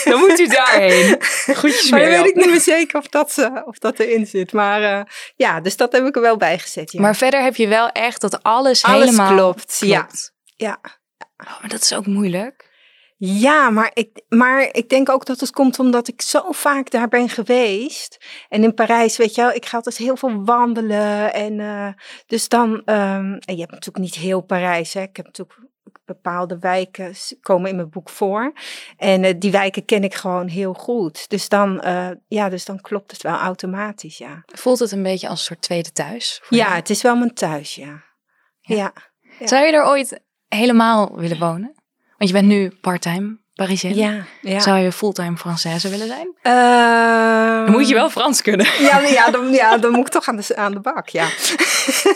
Dan moet u daarheen. Goedjes Maar dan Mirjam. weet ik niet meer zeker of dat, ze, of dat erin zit. Maar eh, ja, dus dat heb ik er wel bij gezet. Ja. Maar verder heb je wel echt dat alles, Alles helemaal klopt, ja. Ja. Oh, maar dat is ook moeilijk. Ja, maar ik, maar ik denk ook dat het komt omdat ik zo vaak daar ben geweest. En in Parijs, weet je wel, ik ga altijd heel veel wandelen. En eh, dus dan, ehm, en je hebt natuurlijk niet heel Parijs, hè. Ik heb natuurlijk bepaalde wijken s- komen in mijn boek voor. En eh, die wijken ken ik gewoon heel goed. Dus dan, eh, ja, dus dan klopt het wel automatisch, ja. Voelt het een beetje als een soort tweede thuis? voor Ja, jou? het is wel mijn thuis, ja. Ja. Ja. ja. Zou je er ooit helemaal willen wonen? Want je bent nu parttime Parisienne. Ja, ja. Zou je fulltime Française willen zijn? Ehm, Dan moet je wel Frans kunnen. Ja, nee, ja, dan, ja, dan moet ik toch aan de, aan de bak, ja.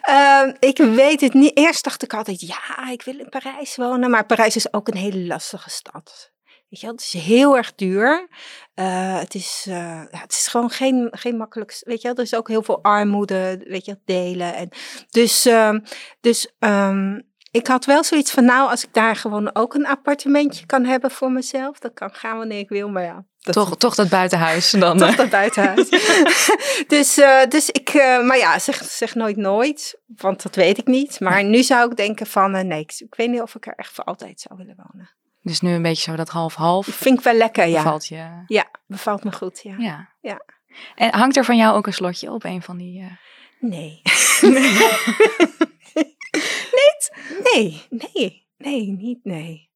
Ehm, ik weet het niet. Eerst dacht ik altijd, ja, ik wil in Parijs wonen. Maar Parijs is ook een hele lastige stad. Weet je wel, het is heel erg duur. Eh, het, is, eh, ja, het is gewoon geen, geen makkelijk... s- Weet je wel, er is ook heel veel armoede, weet je wel, delen. En, dus ehm, dus ehm, ik had wel zoiets van, nou, als ik daar gewoon ook een appartementje kan hebben voor mezelf. Dat kan gaan wanneer ik wil, maar ja. dat- Toch, toch dat buitenhuis. Dan, toch eh. dat buitenhuis. dus, eh, dus ik, eh, maar ja, zeg, zeg nooit nooit, want dat weet ik niet. Maar nu zou ik denken van, eh, nee, ik, ik weet niet of ik er echt voor altijd zou willen wonen. Dus nu een beetje zo dat half-half Vind ik wel lekker, ja. valt je. Ja, bevalt me goed, ja. Ja. Ja. En hangt er van jou ook een slotje op een van die... eh, Nee. nee. Nee, nee, nee, niet nee.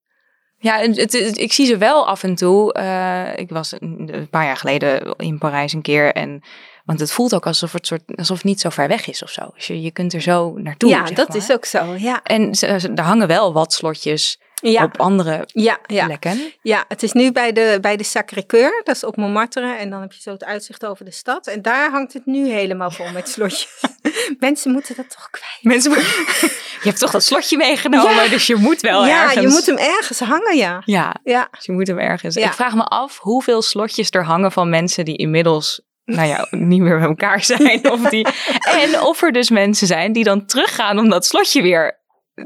Ja, het, het- het- ik zie ze wel af en toe. Eh, ik was een, een paar jaar geleden in Parijs een keer. En, want het voelt ook alsof het, soort, alsof het niet zo ver weg is of zo. Dus je, je kunt er zo naartoe. ja, zeg dat maar. is ook zo, ja. En ze, ze- er hangen wel wat slotjes Ja, op andere ja, ja. plekken. Ja, het is nu bij de, bij de Sacré-Cœur, dat is op Montmartre. En dan heb je zo het uitzicht over de stad. En daar hangt het nu helemaal vol met slotjes. Mensen moeten dat toch kwijt. Mensen, je hebt toch dat slotje meegenomen, dus je moet wel ja, ergens. je moet hem ergens hangen, ja. Ja, Ja, dus je moet hem ergens. Ja. Ik vraag me af hoeveel slotjes er hangen van mensen die inmiddels... Nou ja, niet meer bij elkaar zijn. Of die... En of er dus mensen zijn die dan teruggaan om dat slotje weer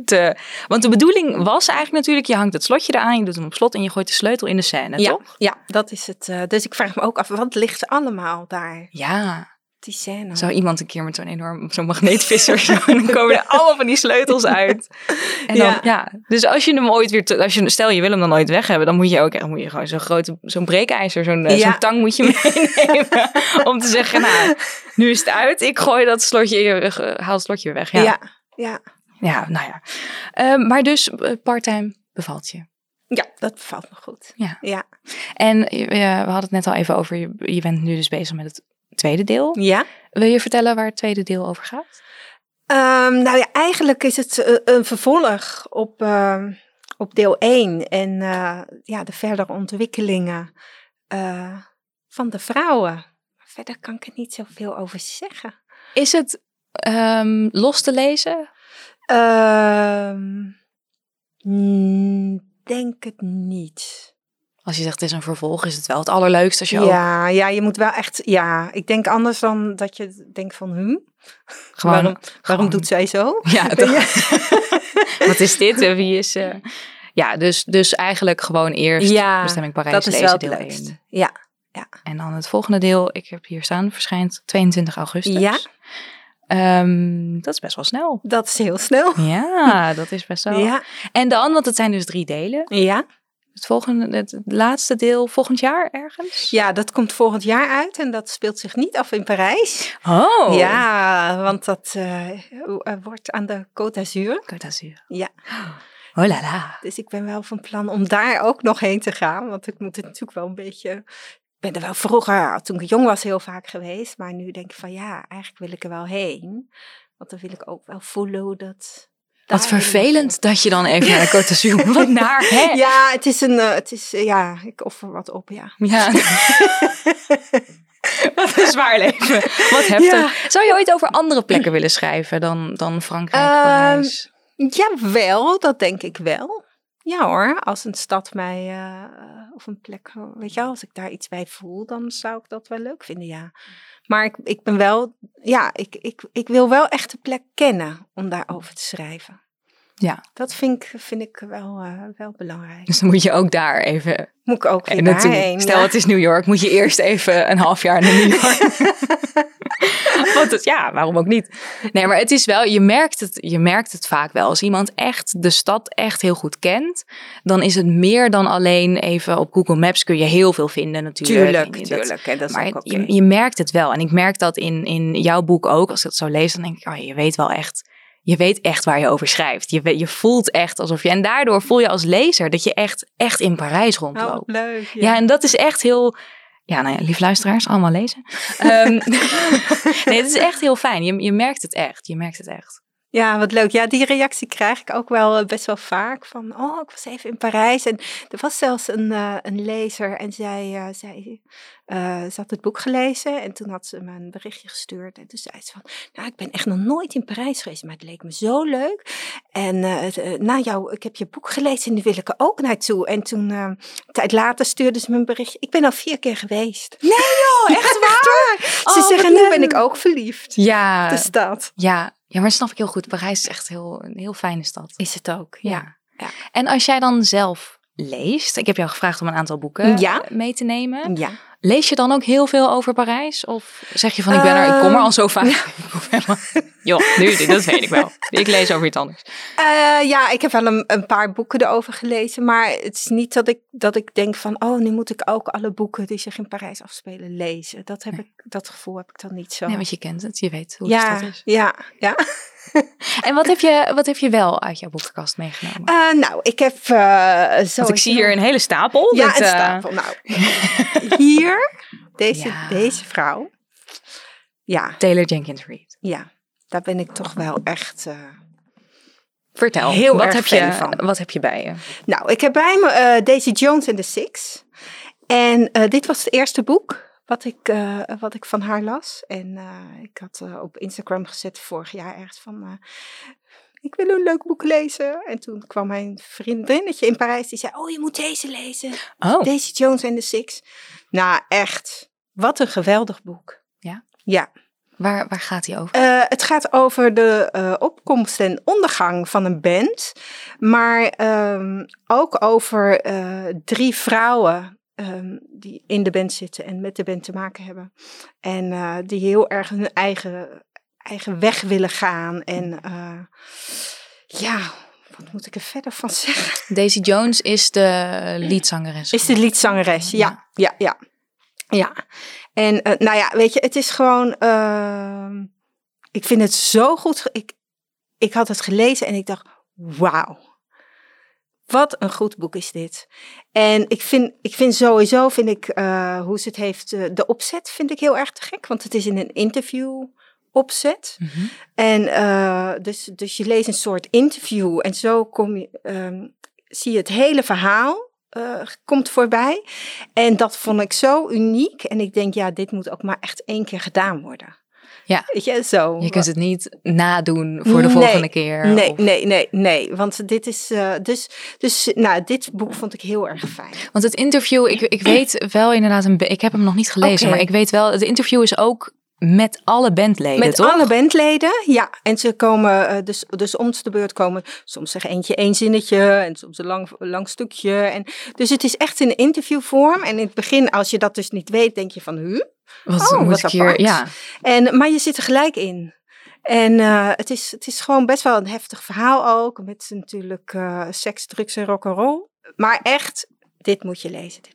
te... Want de bedoeling was eigenlijk natuurlijk... je hangt het slotje eraan, je doet hem op slot... en je gooit de sleutel in de scène, ja, toch? ja, dat is het. eh, dus ik vraag me ook af, wat ligt allemaal daar? Ja, Die scène. zou iemand een keer met zo'n enorm zo'n magneetvisser zo, en dan komen er allemaal van die sleutels uit. En dan, ja. Ja. Dus als je hem ooit weer, te- als je, stel je wil hem dan nooit weg hebben, dan moet je ook echt, moet je gewoon zo'n grote, zo'n breekijzer, zo'n eh, Ja. zo'n tang moet je meenemen om te zeggen, nou, nu is het uit, ik gooi dat slotje, eh, ge- haal het slotje weer weg. Ja, Ja, ja. ja. ja. nou ja. Eh, maar dus eh, parttime bevalt je. dat bevalt me goed. Ja. Ja. En eh, we hadden het net al even over, je, je bent nu dus bezig met het tweede deel. ja? Wil je vertellen waar het tweede deel over gaat? Ehm, nou ja, eigenlijk is het eh, een vervolg op, ehm, op deel 1 en eh, ja, de verdere ontwikkelingen eh, van de vrouwen. Verder kan ik er niet zoveel over zeggen. Is het ehm, los te lezen? Ehm, mm, denk het niet. Als je zegt het is een vervolg, is het wel het allerleukste als je ook Ja, ja, je moet wel echt. Ja, ik denk anders dan dat je denkt van hm, gewoon... waarom, waarom gewoon- doet zij zo? Ja, toch? wat is dit? En Wie is... eh, Ja, dus, dus eigenlijk gewoon eerst Ja, bestemming Parijs dat is lezen wel het deel leukst. 1. Ja. En dan het volgende deel, ik heb hier staan, verschijnt 22 augustus. Ja. Ehm, dat is best wel snel. Dat is heel snel. Ja, dat is best wel. Ja, En dan, want het zijn dus drie delen. ja. Het, volgende, het laatste deel volgend jaar ergens? Ja, dat komt volgend jaar uit en dat speelt zich niet af in Parijs. Oh. Ja, want dat eh, o- eh, wordt aan de Côte d'Azur. Côte d'Azur. Ja. Oh la la. Dus ik ben wel van plan om daar ook nog heen te gaan. Want ik moet het natuurlijk wel een beetje... Ik ben er wel vroeger, toen ik jong was, heel vaak geweest. Maar nu denk ik van ja, eigenlijk wil ik er wel heen. Want dan wil ik ook wel voelen hoe dat... daar Wat helemaal vervelend dat je dan even naar de Côte d'Azur moet. Wat naar, hè? voelt. Ja, het is een... eh, het is, eh, ja, ik offer wat op, ja. Ja. Wat een zwaar leven. Wat heftig. Zou je ooit over andere plekken willen schrijven dan, dan Frankrijk, Ehm, Parijs? Jawel, dat denk ik wel. Ja hoor, als een stad mij, eh, eh, of een plek, eh, weet je wel, als ik daar iets bij voel, dan zou ik dat wel leuk vinden, ja. Maar ik, ik ben wel, ja, ik, ik, ik wil wel echt de plek kennen om daarover te schrijven. Ja. Dat vind ik, vind ik wel, eh, wel belangrijk. Dus dan moet je ook daar even Moet ik ook weer naartoe. daarheen. Stel, ja. het is New York. Moet je eerst even een half jaar naar New York. Want het- ja, waarom ook niet? Nee, maar het is wel, je merkt het, je merkt het vaak wel. Als iemand echt de stad echt heel goed kent, dan is het meer dan alleen even op Google Maps kun je heel veel vinden natuurlijk. Tuurlijk, En je- dat- tuurlijk. En dat is maar ook oké. je, je merkt het wel. En ik merk dat in, in jouw boek ook. Als ik dat zo lees, dan denk ik, oh, je weet wel echt. Je weet echt waar je over schrijft. Je, weet- je voelt echt alsof je. En daardoor voel je als lezer dat je echt, echt in Parijs Oh, rondloopt. wat leuk. ja. en dat is echt heel. Ja, nou ja, lief luisteraars, allemaal lezen. Ehm, nee, het is echt heel fijn. Je, je merkt het echt. Je merkt het echt. Ja, wat leuk. Ja, die reactie krijg ik ook wel eh, best wel vaak. Van, oh, ik was even in Parijs. En er was zelfs een, eh, een lezer en zij, eh, zij eh, ze had het boek gelezen. En toen had ze me een berichtje gestuurd. En toen zei ze van, nou, ik ben echt nog nooit in Parijs geweest. Maar het leek me zo leuk. En eh, het, eh, na jou, ik heb je boek gelezen en nu wil ik er ook naartoe. En toen, eh, een tijd later stuurde ze me een berichtje. Ik ben al vier keer geweest. Nee joh, echt waar? ze Oh, zeggen, wat nu ben leuk. ik ook verliefd. Ja, Dus dat. ja, ja, maar snap ik heel goed. Parijs is echt heel, een heel fijne stad. Is het ook, Ja. Ja. En als jij dan zelf leest, ik heb jou gevraagd om een aantal boeken Ja. eh, mee te nemen. Ja. Lees je dan ook heel veel over Parijs? Of zeg je van, ik ben er, ik kom er al zo vaak. Ik hoef helemaal- Ehm, Joh, nu, dit- dat weet ik wel. Ik lees over iets anders. Eh, ja, ik heb wel een, een paar boeken erover gelezen. Maar het is niet dat ik, dat ik denk van, oh, nu moet ik ook alle boeken die zich in Parijs afspelen lezen. Dat, heb ik, dat gevoel heb ik dan niet zo. Nee, want je dus kent het, je weet hoe de ja, stad is. ja, ja. En wat heb, je, wat heb je wel uit jouw boekenkast meegenomen? Eh, nou, ik heb eh zo. want ik zie hier een hele stapel. Ja, met, een eh, stapel. Nou, hier, deze, Ja. deze vrouw. Ja, Taylor Jenkins Reid. ja, daar ben ik toch wel echt... eh, Vertel, Heel wat, erg heb je, fan van. wat heb je bij je? Nou, ik heb bij me eh, Daisy Jones en The Six. En eh, dit was het eerste boek wat ik, eh, wat ik van haar las. En eh, ik had eh, op Instagram gezet vorig jaar ergens van... eh, ik wil een leuk boek lezen. En toen kwam mijn vriendinnetje in Parijs. Die zei, oh, je moet deze lezen. Oh, Daisy Jones en The Six. Nou, echt. Wat een geweldig boek. Ja? Ja. waar, waar gaat die over? Eh, het gaat over de eh, opkomst en ondergang van een band. Maar ehm, ook over eh, drie vrouwen ehm, die in de band zitten en met de band te maken hebben. En eh, die heel erg hun eigen, eigen weg willen gaan. En eh, ja, wat moet ik er verder van zeggen? Daisy Jones is de liedzangeres. Is de liedzangeres, ja, ja, ja. Ja, en eh, nou ja, weet je, het is gewoon, ehm, ik vind het zo goed. ge- Ik, ik had het gelezen en ik dacht, wauw, wat een goed boek is dit. En ik vind, ik vind sowieso, vind ik, eh, hoe ze het heeft, eh, de opzet vind ik heel erg te gek, want het is in een interview opzet. Mhm. En eh, dus, dus je leest een soort interview en zo kom je, ehm, zie je het hele verhaal eh, komt voorbij. En dat vond ik zo uniek. En ik denk, ja, dit moet ook maar echt één keer gedaan worden. Ja. Weet je, zo. Je kunt het niet nadoen voor de Nee, volgende keer. Nee, of- nee, nee, nee. Want dit is. eh, dus, dus, nou, dit boek vond ik heel erg fijn. Want het interview, ik, ik weet wel inderdaad, een, be- ik heb hem nog niet gelezen, Oké. maar ik weet wel, het interview is ook met alle bandleden, Met toch? alle bandleden, ja. En ze komen, eh, dus, dus om de beurt komen soms zeg eentje één zinnetje en soms een lang, lang stukje. En, dus het is echt in interviewvorm. En in het begin, als je dat dus niet weet, denk je van, huh? Wat Oh, moet wat ik hier- apart. ja. En, maar je zit er gelijk in. En eh, het, is, het is gewoon best wel een heftig verhaal ook. Met natuurlijk eh, seks, drugs en rock'n'roll. Maar echt, dit moet je lezen, dit boek.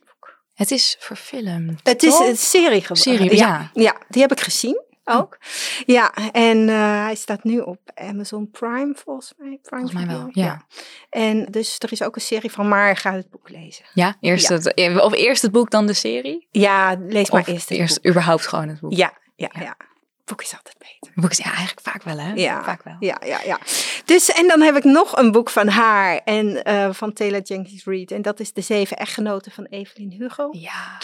Het is verfilmd. Het is toch? een serie geworden. Serie, ja. Ja, die heb ik gezien ook. Ja, en eh, hij staat nu op Amazon Prime, volgens mij. Prime Volgens mij wel, Video, ja. En dus er is ook een serie van, maar ga het boek lezen. Ja, eerst Ja. Het, eh, of eerst het boek, dan de serie? Ja, lees maar of eerst het eerst boek. überhaupt gewoon het boek? Ja, ja, Ja. ja. Het boek is altijd beter. Het boek is ja, eigenlijk vaak wel, hè? Ja. Vaak wel. Ja, ja, ja. Dus, en dan heb ik nog een boek van haar en eh, van Taylor Jenkins Reid. En dat is De Zeven Echtgenoten van Evelyn Hugo. Ja.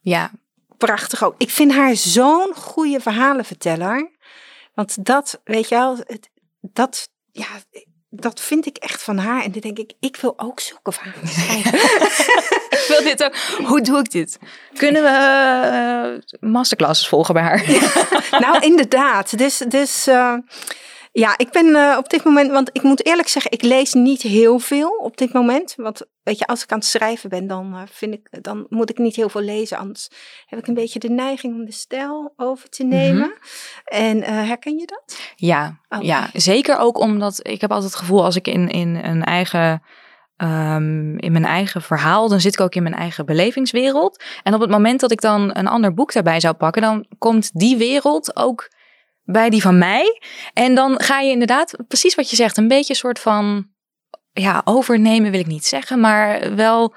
Ja, prachtig ook. Ik vind haar zo'n goede verhalenverteller. Want dat, weet je wel, het, dat, ja, dat vind ik echt van haar. En dan denk ik, ik wil ook zulke verhalen schrijven. ik wil dit ook. Hoe doe ik dit? Kunnen we eh, masterclasses volgen bij haar? nou, inderdaad. Dus, dus eh, Ja, ik ben eh, op dit moment, want ik moet eerlijk zeggen, ik lees niet heel veel op dit moment. Want weet je, als ik aan het schrijven ben, dan, eh, vind ik, dan moet ik niet heel veel lezen. Anders heb ik een beetje de neiging om de stijl over te nemen. En eh, herken je dat? Ja, Oh. ja, zeker ook omdat ik heb altijd het gevoel als ik in, in een eigen. ehm, in mijn eigen verhaal, dan zit ik ook in mijn eigen belevingswereld. En op het moment dat ik dan een ander boek daarbij zou pakken, dan komt die wereld ook bij die van mij. En dan ga je inderdaad, precies wat je zegt, een beetje een soort van. Ja, overnemen wil ik niet zeggen, maar wel.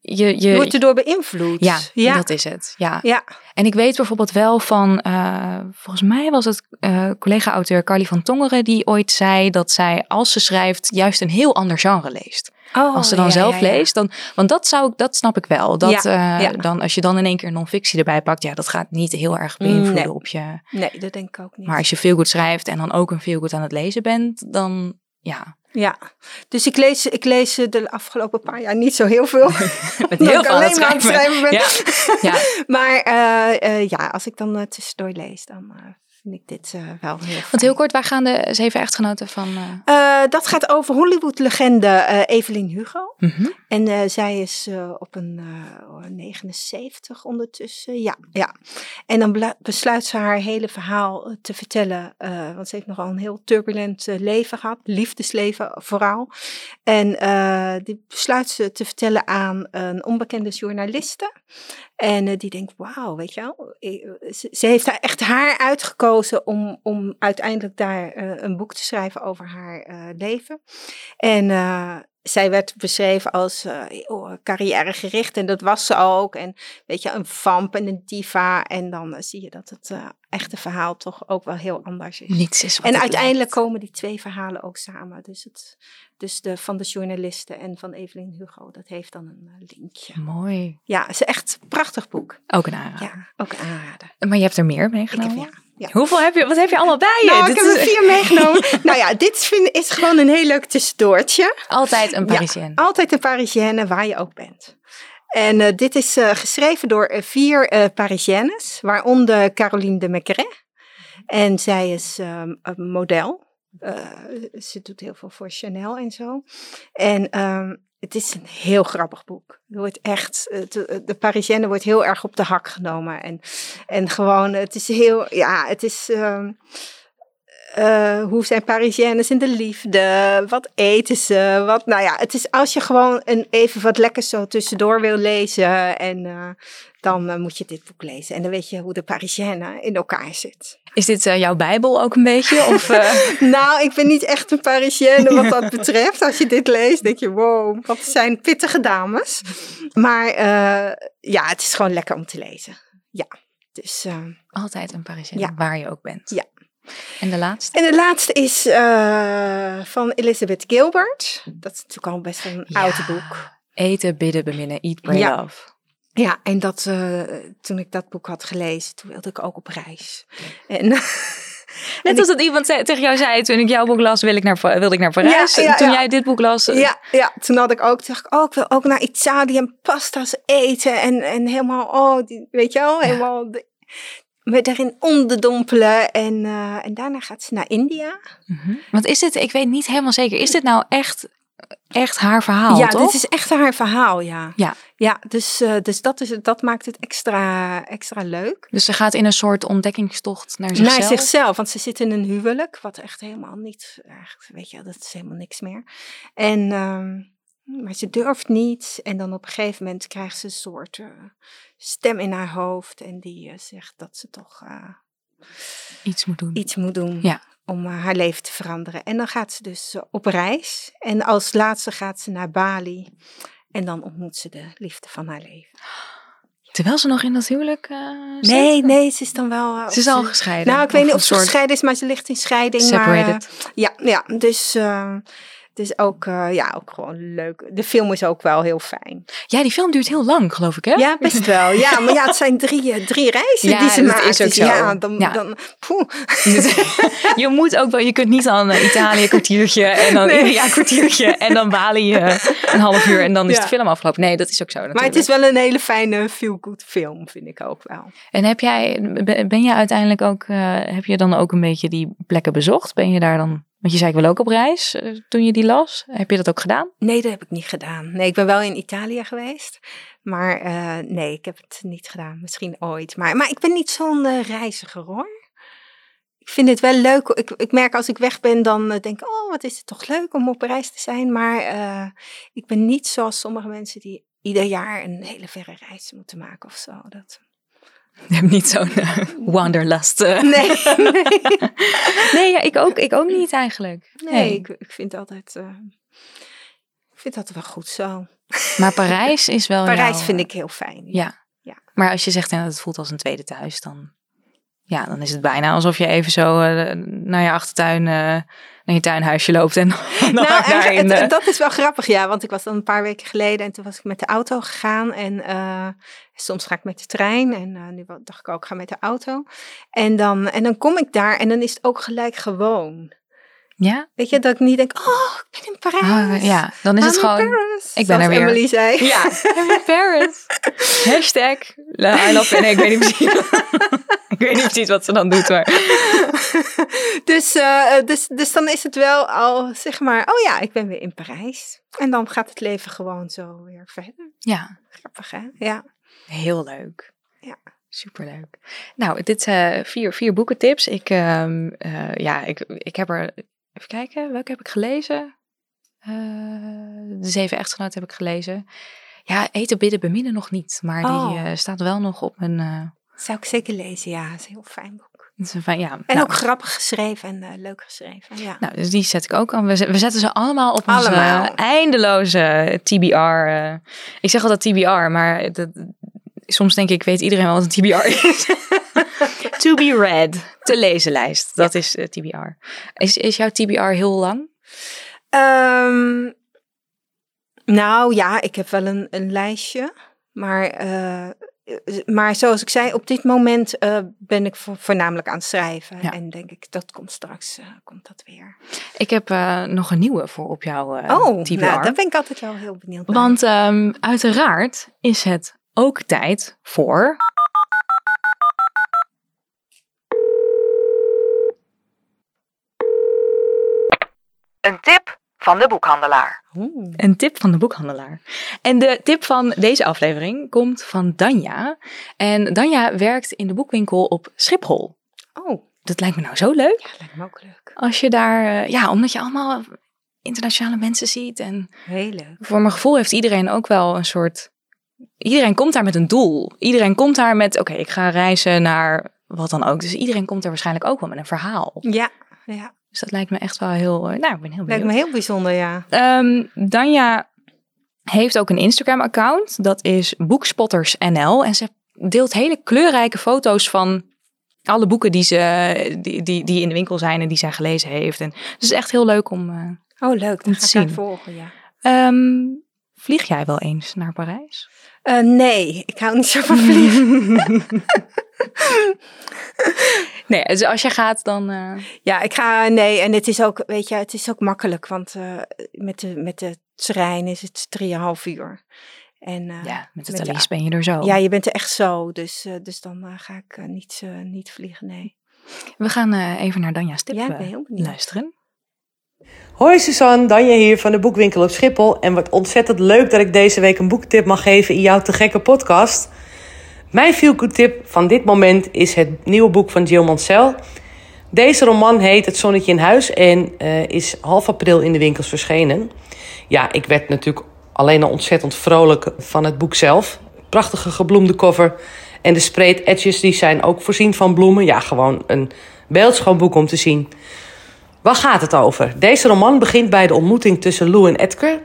Je, Je je, wordt erdoor beïnvloed. ja, ja. dat is het. Ja. Ja. En ik weet bijvoorbeeld wel van, eh, volgens mij was het eh, collega-auteur Carly van Tongeren die ooit zei dat zij als ze schrijft juist een heel ander genre leest. Oh, als ze dan ja, zelf ja, ja. leest, dan, want dat, zou, ik- dat snap ik wel. Dat, eh, ja. Dan, als je dan in één keer non-fictie erbij pakt, ja, dat gaat niet heel erg beïnvloeden Nee. op je. Nee, dat denk ik ook niet. Maar als je veel goed schrijft en dan ook een veel goed aan het lezen bent, dan ja, Ja, dus ik lees, ik lees eh, de afgelopen paar jaar niet zo heel veel. met Omdat heel ik veel aan het alleen maar aan het schrijven. schrijven ben. Ja, ja. Maar eh, eh, ja, als ik dan eh, tussendoor lees, dan eh, vind ik dit eh, wel heel fijn. Want heel kort, waar gaan de zeven echtgenoten van? eh, Eh, dat gaat over Hollywood-legende eh, Evelyn Hugo. mhm. En eh, zij is eh, op een eh, 79 ondertussen. Ja, ja. En dan bla- besluit ze haar hele verhaal eh, te vertellen. eh, want ze heeft nogal een heel turbulent eh, leven gehad. Liefdesleven vooral. En eh, die besluit ze te vertellen aan een onbekende journaliste. En eh, die denkt, wauw, weet je wel. eh, Ze, ze heeft daar echt haar uitgekozen om, om uiteindelijk daar eh, een boek te schrijven over haar eh, leven. En eh, zij werd beschreven als eh, oh, carrièregericht en dat was ze ook. En weet je, een vamp en een diva. En dan eh, zie je dat het eh, echte verhaal toch ook wel heel anders is. Niets is wat En het uiteindelijk lijkt. komen die twee verhalen ook samen. Dus, het, dus de, van de journalisten en van Evelyn Hugo, dat heeft dan een eh, linkje. Mooi. Ja, het is echt een prachtig boek. Ah, Ook een aanrader. Ja, ook aanraden. Maar je hebt er meer Ik meegenomen? heb, ja. ja. Hoeveel heb je? Wat heb je allemaal bij je? Nou, ik Dit heb er is vier meegenomen. nou ja, dit vind, is gewoon een heel leuk tussendoortje. altijd een Ja. Parisienne. Altijd een Parisienne, waar je ook bent. En eh, dit is eh, geschreven door eh, vier eh Parisiennes, waaronder Caroline de Mecret. En zij is ehm, een model. Eh, ze doet heel veel voor Chanel en zo. En ehm, het is een heel grappig boek. Er wordt echt, eh, de, de Parisienne wordt heel erg op de hak genomen. En, en gewoon, het is heel, ja, het is... ehm, eh, hoe zijn Parisiennes in de liefde? Wat eten ze? Wat, nou ja, het is als je gewoon een, even wat lekkers zo tussendoor wil lezen. En eh, dan eh, moet je dit boek lezen. En dan weet je hoe de Parisienne in elkaar zit. Is dit eh, jouw Bijbel ook een beetje? Of, eh, Nou, ik ben niet echt een Parisienne wat dat betreft. Als je dit leest, denk je, wow, wat zijn pittige dames. Maar eh, ja, het is gewoon lekker om te lezen. Ja, dus... eh, altijd een Parisienne, Ja. waar je ook bent. Ja. En de laatste? En de laatste is eh, van Elizabeth Gilbert. Dat is natuurlijk al best wel een Ja. oud boek. Eten, bidden, beminnen, eat, pray, Ja. love. Ja, en dat, eh, toen ik dat boek had gelezen, toen wilde ik ook op reis. En, eh, Net als dat iemand zei- tegen jou zei, toen ik jouw boek las, wil ik naar, Pa- wilde ik naar Parijs. Ja, ja, toen ja. jij dit boek las, eh, ja, ja, toen had ik ook, dacht ik, oh, ik wil ook naar Italië en pasta's eten. En, en helemaal, oh, die, weet je wel, helemaal de- me daarin onderdompelen. En, eh, en daarna gaat ze naar India. mhm. want is dit, ik weet niet helemaal zeker, is dit nou echt, echt haar verhaal, ja, toch? dit is echt haar verhaal, ja. Ja. Ja, dus, eh, dus dat, is, het- dat maakt het extra, extra leuk. Dus ze gaat in een soort ontdekkingstocht naar zichzelf. Naar zichzelf, want ze zit in een huwelijk, wat echt helemaal niet, eigenlijk, weet je, dat is helemaal niks meer. En, ehm, maar ze durft niet en dan op een gegeven moment krijgt ze een soort eh, stem in haar hoofd en die eh, zegt dat ze toch eh, Iets moet doen. iets moet doen Ja. om eh, haar leven te veranderen. En dan gaat ze dus eh, op reis en als laatste gaat ze naar Bali en dan ontmoet ze de liefde van haar leven. Terwijl ze nog in dat huwelijk eh, zit? Nee, nee, ze is dan wel. eh, Ze is op- al gescheiden. Nou, ik weet niet een of ze soort gescheiden is, maar ze ligt in scheiding. Maar, eh, Separated. ja, ja, dus. eh, Het is ook, eh, ja, ook gewoon leuk. De film is ook wel heel fijn. Ja, die film duurt heel lang, geloof ik, hè? Ja, best wel. Ja, maar ja, het zijn drie, eh, drie reizen Ja, die ze dat maakt. is ook Dus zo. Ja, dan, Ja. dan poeh. je moet ook wel, je kunt niet aan eh, Italië een kwartiertje en dan Nee. India een kwartiertje en dan Bali eh, een half uur en dan is Ja. de film afgelopen. Nee, dat is ook zo natuurlijk. Maar het is wel een hele fijne feel-good film, vind ik ook wel. En heb jij, ben- ben je uiteindelijk ook, eh, heb je dan ook een beetje die plekken bezocht? Ben je daar dan, want je zei ik wil ook op reis eh, toen je die las. Heb je dat ook gedaan? Nee, dat heb ik niet gedaan. Nee, ik ben wel in Italië geweest. Maar eh, nee, ik heb het niet gedaan. Misschien ooit. Maar, maar ik ben niet zo'n eh, reiziger hoor. Ik vind het wel leuk. Ik, ik merk als ik weg ben, dan eh, denk ik, oh, wat is het toch leuk om op reis te zijn. Maar eh, ik ben niet zoals sommige mensen die ieder jaar een hele verre reis moeten maken of zo. Dat... Je hebt niet zo'n eh, wanderlust. eh. Nee, nee, Nee, ja, ik, ook, ik ook niet eigenlijk. nee. Ik, ik vind altijd... eh, ik vind dat wel goed zo. Maar Parijs is wel Parijs jouw- vind ik heel fijn. nou, Ja. Ja. Maar als je zegt, ja, het voelt als een tweede thuis, dan, ja, dan is het bijna alsof je even zo eh, naar je achtertuin, eh, naar je tuinhuisje loopt. En dan nou, daar eigenlijk, in eh, het- de- het- dat is wel grappig, ja. Want ik was dan een paar weken geleden en toen was ik met de auto gegaan. En eh, soms ga ik met de trein en eh, nu wa- dacht ik ook, ik ga met de auto. En dan, en dan kom ik daar en dan is het ook gelijk gewoon. Ja? Weet je, dat ik niet denk, oh, ik ben in Parijs. Ah, ja, dan is het I'm in gewoon... Paris, ik ben zoals er weer. Emily zei. Ja, I'm in Paris. Hashtag I love nee, ik weet niet precies. ik weet niet precies wat ze dan doet, maar... dus, eh, dus, dus dan is het wel al, zeg maar, oh ja, ik ben weer in Parijs. En dan gaat het leven gewoon zo weer verder. Ja, Grappig, hè? Ja. heel leuk. Ja. Superleuk. Nou, dit zijn vier, vier boekentips. Ik, ehm, eh, ja, ik, ik heb er... Even kijken, welke heb ik gelezen? Eh, de Zeven Echtgenoten heb ik gelezen. Ja, Eten, Bidden, Beminnen nog niet. Maar die Oh. eh, staat wel nog op mijn... eh, Zou ik zeker lezen, ja. Het is een heel fijn boek. het is een fijn- ja, En nou, ook grappig geschreven en eh, leuk geschreven. Ja. Nou, dus die zet ik ook aan. We zet- we zetten ze allemaal op onze Allemaal. eh, eindeloze TBR. eh. Ik zeg altijd TBR, maar dat, soms denk ik, weet iedereen wel wat een TBR is. to be read, te lezen lijst. Dat is eh, TBR. Is, is jouw TBR heel lang? Ehm, nou ja, ik heb wel een, een lijstje. Maar, eh, maar zoals ik zei, op dit moment eh, ben ik vo- voornamelijk aan het schrijven. Ja. En denk ik, dat komt straks, eh, komt dat weer. Ik heb eh, nog een nieuwe voor op jouw eh, oh, TBR. nou, daar ben ik altijd wel heel benieuwd naar. Want ehm, uiteraard is het ook tijd voor. Een tip van de boekhandelaar. Oeh. Een tip van de boekhandelaar. En de tip van deze aflevering komt van Danja. En Danja werkt in de boekwinkel op Schiphol. Oh, Dat lijkt me nou zo leuk. ja, lijkt me ook leuk. Als je daar, eh, ja, omdat je allemaal internationale mensen ziet. En Heel leuk. voor mijn gevoel heeft iedereen ook wel een soort. Iedereen komt daar met een doel. Iedereen komt daar met, oké, ik ga reizen naar wat dan ook. Dus iedereen komt er waarschijnlijk ook wel met een verhaal. Ja, ja. Dus dat lijkt me echt wel heel. eh, Nou, ik ben heel benieuwd. lijkt me heel bijzonder, ja. Ehm, Danja heeft ook een Instagram-account. Dat is Boekspottersnl. En ze deelt hele kleurrijke foto's van alle boeken die, ze, die, die, die in de winkel zijn en die zij gelezen heeft. En het is echt heel leuk om... eh, Oh, leuk. Dan te ga ik haar zien. volgen, ja. ehm, vlieg jij wel eens naar Parijs? Eh, nee, ik hou niet zo van vliegen. Nee, dus als je gaat dan... eh, Ja, ik ga, nee, en het is ook, weet je, het is ook makkelijk, want eh, met, de, met de trein is het 3,5 uur. En eh, ja, ja. oh. met met het de- Thalys ben je er zo. je bent er echt zo, dus, eh, dus dan eh, ga ik eh, niet, eh, niet vliegen, nee. We gaan eh, even naar Danja's tip Ja, ik ben eh, heel benieuwd. luisteren. Hoi Suzanne, Danje hier van de Boekwinkel op Schiphol. En wat ontzettend leuk dat ik deze week een boektip mag geven in jouw te gekke podcast. Mijn feelgood tip van dit moment is het nieuwe boek van Jill Mansell. Deze roman heet Het zonnetje in huis en eh, is half april in de winkels verschenen. Ja, ik werd natuurlijk alleen al ontzettend vrolijk van het boek zelf. Prachtige gebloemde cover en de sprayed edges die zijn ook voorzien van bloemen. Ja, gewoon een beeldschoon boek om te zien. Waar gaat het over? Deze roman begint bij de ontmoeting tussen Lou en Edgar.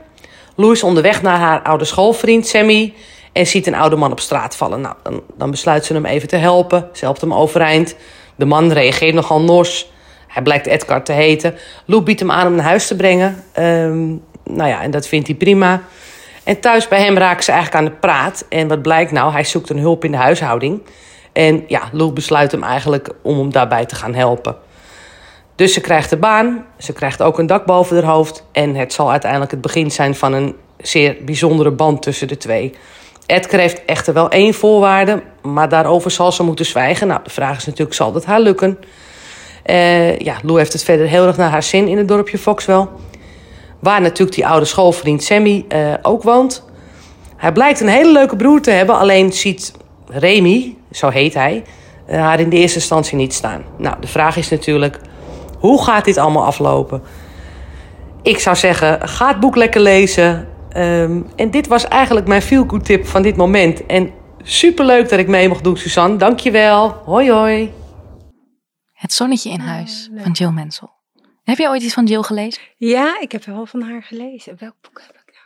Lou is onderweg naar haar oude schoolvriend Sammy en ziet een oude man op straat vallen. Nou, dan, dan besluit ze hem even te helpen. Ze helpt hem overeind. De man reageert nogal nors. Hij blijkt Edgar te heten. Lou biedt hem aan om naar huis te brengen. Ehm, nou ja, en dat vindt hij prima. En thuis bij hem raken ze eigenlijk aan de praat. En wat blijkt nou? Hij zoekt een hulp in de huishouding. En ja, Lou besluit hem eigenlijk om hem daarbij te gaan helpen. Dus ze krijgt de baan, ze krijgt ook een dak boven haar hoofd. En het zal uiteindelijk het begin zijn van een zeer bijzondere band tussen de twee. Edgar heeft echter wel één voorwaarde, maar daarover zal ze moeten zwijgen. Nou, de vraag is natuurlijk, zal dat haar lukken? Eh, ja, Lou heeft het verder heel erg naar haar zin in het dorpje Foxwell. Waar natuurlijk die oude schoolvriend Sammy eh, ook woont. Hij blijkt een hele leuke broer te hebben, alleen ziet Remy, zo heet hij, eh, haar in de eerste instantie niet staan. Nou, de vraag is natuurlijk, hoe gaat dit allemaal aflopen? Ik zou zeggen, ga het boek lekker lezen. Ehm, en dit was eigenlijk mijn feel-good tip van dit moment. En superleuk dat ik mee mocht doen, Suzanne. Dankjewel. Hoi hoi. Het zonnetje in huis van Jill Mensel. Heb jij ooit iets van Jill gelezen? Ja, ik heb wel van haar gelezen. Welk boek heb ik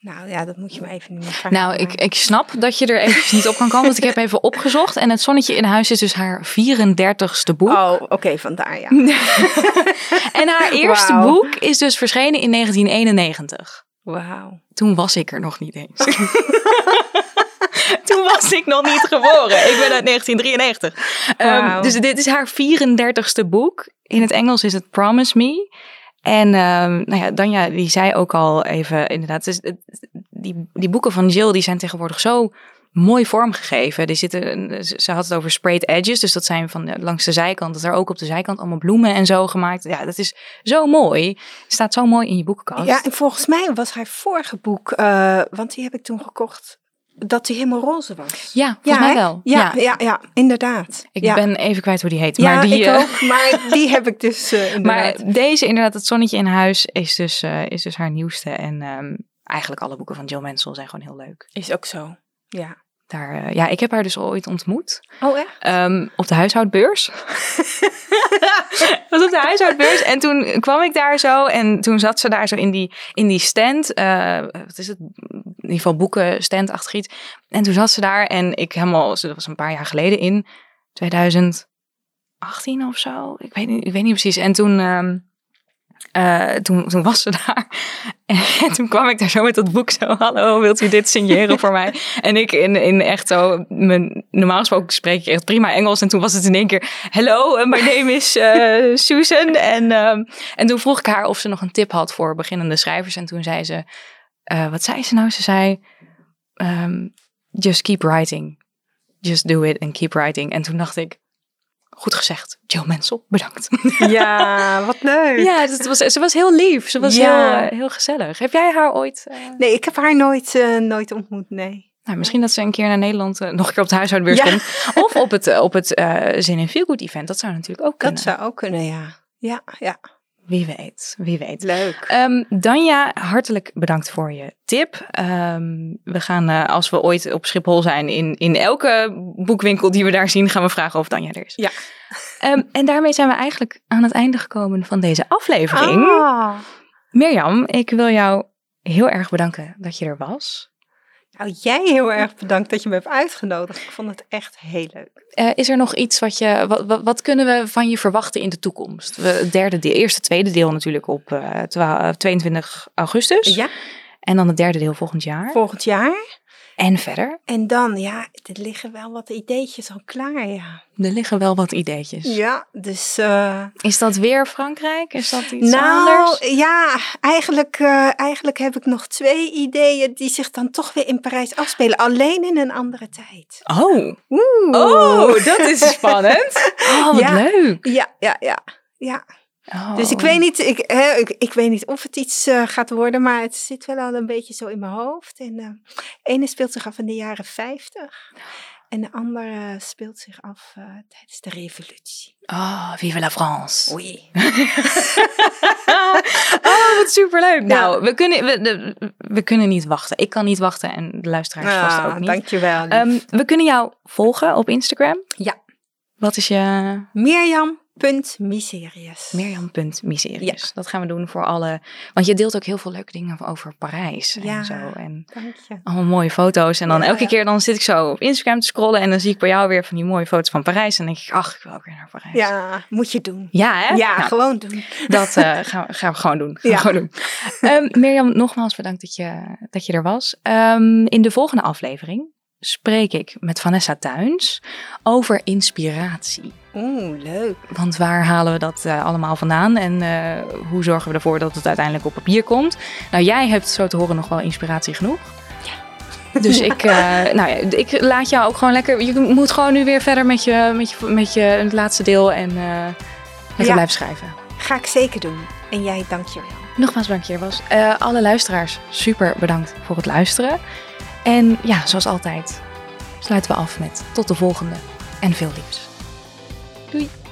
nou? Nou ja, dat moet je me even niet meer vragen. Nou, ik, ik snap dat je er eventjes niet op kan komen, want ik heb even opgezocht. En Het zonnetje in huis is dus haar 34ste boek. Oh, oké, vandaar ja. En haar eerste Wauw. boek is dus verschenen in 1991. Wauw. Toen was ik er nog niet eens. Oh. Toen was ik nog niet geboren. Ik ben uit 1993. Ehm, Wauw. dus dit is haar 34ste boek. In het Engels is het Promise Me. En ehm, nou ja, Danja die zei ook al even, inderdaad, het is- het- die, die boeken van Jill die zijn tegenwoordig zo mooi vormgegeven. Er zitten, ze had het over sprayed edges, dus dat zijn van eh, langs de zijkant, dat er ook op de zijkant allemaal bloemen en zo gemaakt. Ja, dat is zo mooi. Het staat zo mooi in je boekenkast. Ja, en volgens mij was haar vorige boek, eh, want die heb ik toen gekocht, dat die helemaal roze was. Ja, volgens mij hè? wel. Ja, ja. ja, inderdaad. Ik ja. ben even kwijt hoe die heet. Ja, maar die, ik eh, ook, maar die heb ik dus eh, maar inderdaad. deze inderdaad, het zonnetje in huis, is dus, eh, is dus haar nieuwste. En ehm, eigenlijk alle boeken van Jill Mensel zijn gewoon heel leuk. Is ook zo, ja. Daar, eh, ja, ik heb haar dus ooit ontmoet. Oh echt? Ehm, op de huishoudbeurs. Het was op de huishoudbeurs. En toen kwam ik daar zo. En toen zat ze daar zo in die, in die stand. eh, wat is het? In ieder geval boeken, stand achter iets. En toen zat ze daar. En ik helemaal, dat was een paar jaar geleden in 2018 of zo. Ik weet niet, ik weet niet precies. En toen, ehm, eh, toen, toen was ze daar. En toen kwam ik daar zo met dat boek zo. Hallo, wilt u dit signeren voor mij? En ik in, in echt zo, mijn, normaal gesproken spreek ik echt prima Engels. En toen was het in één keer, hello, uh, my name is eh, Susan. En, ehm, en toen vroeg ik haar of ze nog een tip had voor beginnende schrijvers. En toen zei ze, eh, wat zei ze nou? Ze zei, ehm, just keep writing. Just do it and keep writing. En toen dacht ik, goed gezegd, Joe Mensel, bedankt. Ja, wat leuk. ja, dus het was, ze was heel lief. Ze was Ja. heel, eh, heel gezellig. Heb jij haar ooit... eh, Nee, ik heb haar nooit, eh, nooit ontmoet, nee. Nou, misschien dat ze een keer naar Nederland eh, nog een keer op de huishoudbeurs Ja. komt. Of op het, eh, op het eh, Zin in Feelgood event. Dat zou natuurlijk ook kunnen. Dat zou ook kunnen, ja. Ja, ja. Wie weet, wie weet. Leuk. Ehm, Danja, hartelijk bedankt voor je tip. Ehm, we gaan, eh, als we ooit op Schiphol zijn, in, in elke boekwinkel die we daar zien, gaan we vragen of Danja er is. Ja. Ehm, en daarmee zijn we eigenlijk aan het einde gekomen van deze aflevering. Oh. Ah. Mirjam, ik wil jou heel erg bedanken dat je er was. Nou, jij heel erg bedankt dat je me hebt uitgenodigd. Ik vond het echt heel leuk. Eh, is er nog iets wat je. Wat, wat, wat kunnen we van je verwachten in de toekomst? We, het derde deel, eerste, tweede deel natuurlijk op eh, twa- eh, 22 augustus. Ja, En dan het derde deel volgend jaar. volgend jaar. En verder. En dan, ja, er liggen wel wat ideetjes al klaar, ja. Er liggen wel wat ideetjes. Ja, dus... eh, Is dat weer Frankrijk? Is dat iets nou, anders? ja, eigenlijk, eh, eigenlijk heb ik nog twee ideeën die zich dan toch weer in Parijs afspelen. Alleen in een andere tijd. Oh. Oeh. oh, dat is spannend. Oh, wat Ja. leuk. Ja, ja, ja. ja. Oh. Dus ik weet, niet, ik, hè, ik, ik weet niet of het iets eh, gaat worden, maar het zit wel al een beetje zo in mijn hoofd. En eh ene speelt zich af in de jaren 50 en de andere speelt zich af eh, tijdens de revolutie. Oh, vive la France. Oei. oh, wat superleuk. Nou, Ja. we, kunnen, we, de- we kunnen niet wachten. Ik kan niet wachten en de luisteraars vast ook Ah, niet. dankjewel. lief. Ehm, we kunnen jou volgen op Instagram. Ja. Wat is je... Mirjam Miserius. Mirjam.miserius. Dat gaan we doen voor alle. Want je deelt ook heel veel leuke dingen over Parijs en Ja. zo. En Dank je. allemaal mooie foto's. En dan Ja, elke ja. keer dan zit ik zo op Instagram te scrollen. En dan zie ik bij jou weer van die mooie foto's van Parijs. En dan denk ik, ach, ik wil ook weer naar Parijs. Ja, moet je doen. Ja, hè? Ja, Nou, gewoon doen. dat eh, gaan, we, gaan we gewoon doen. Gaan Ja. we gewoon doen. Ehm, Mirjam, nogmaals bedankt dat je, dat je er was. Ehm, in de volgende aflevering spreek ik met Vanessa Tuins over inspiratie. Oeh, leuk. Want waar halen we dat eh, allemaal vandaan? En eh, hoe zorgen we ervoor dat het uiteindelijk op papier komt? Nou, jij hebt zo te horen nog wel inspiratie genoeg. Dus ik, eh, nou ja, ik laat jou ook gewoon lekker. Je moet gewoon nu weer verder met je, met je, met je het laatste deel en eh, lekker Ja. blijven schrijven. Ga ik zeker doen. En jij, dank je wel. Nogmaals bedankt dat je er was. Eh, alle luisteraars, super bedankt voor het luisteren. En ja, zoals altijd sluiten we af met tot de volgende en veel liefs. Doei!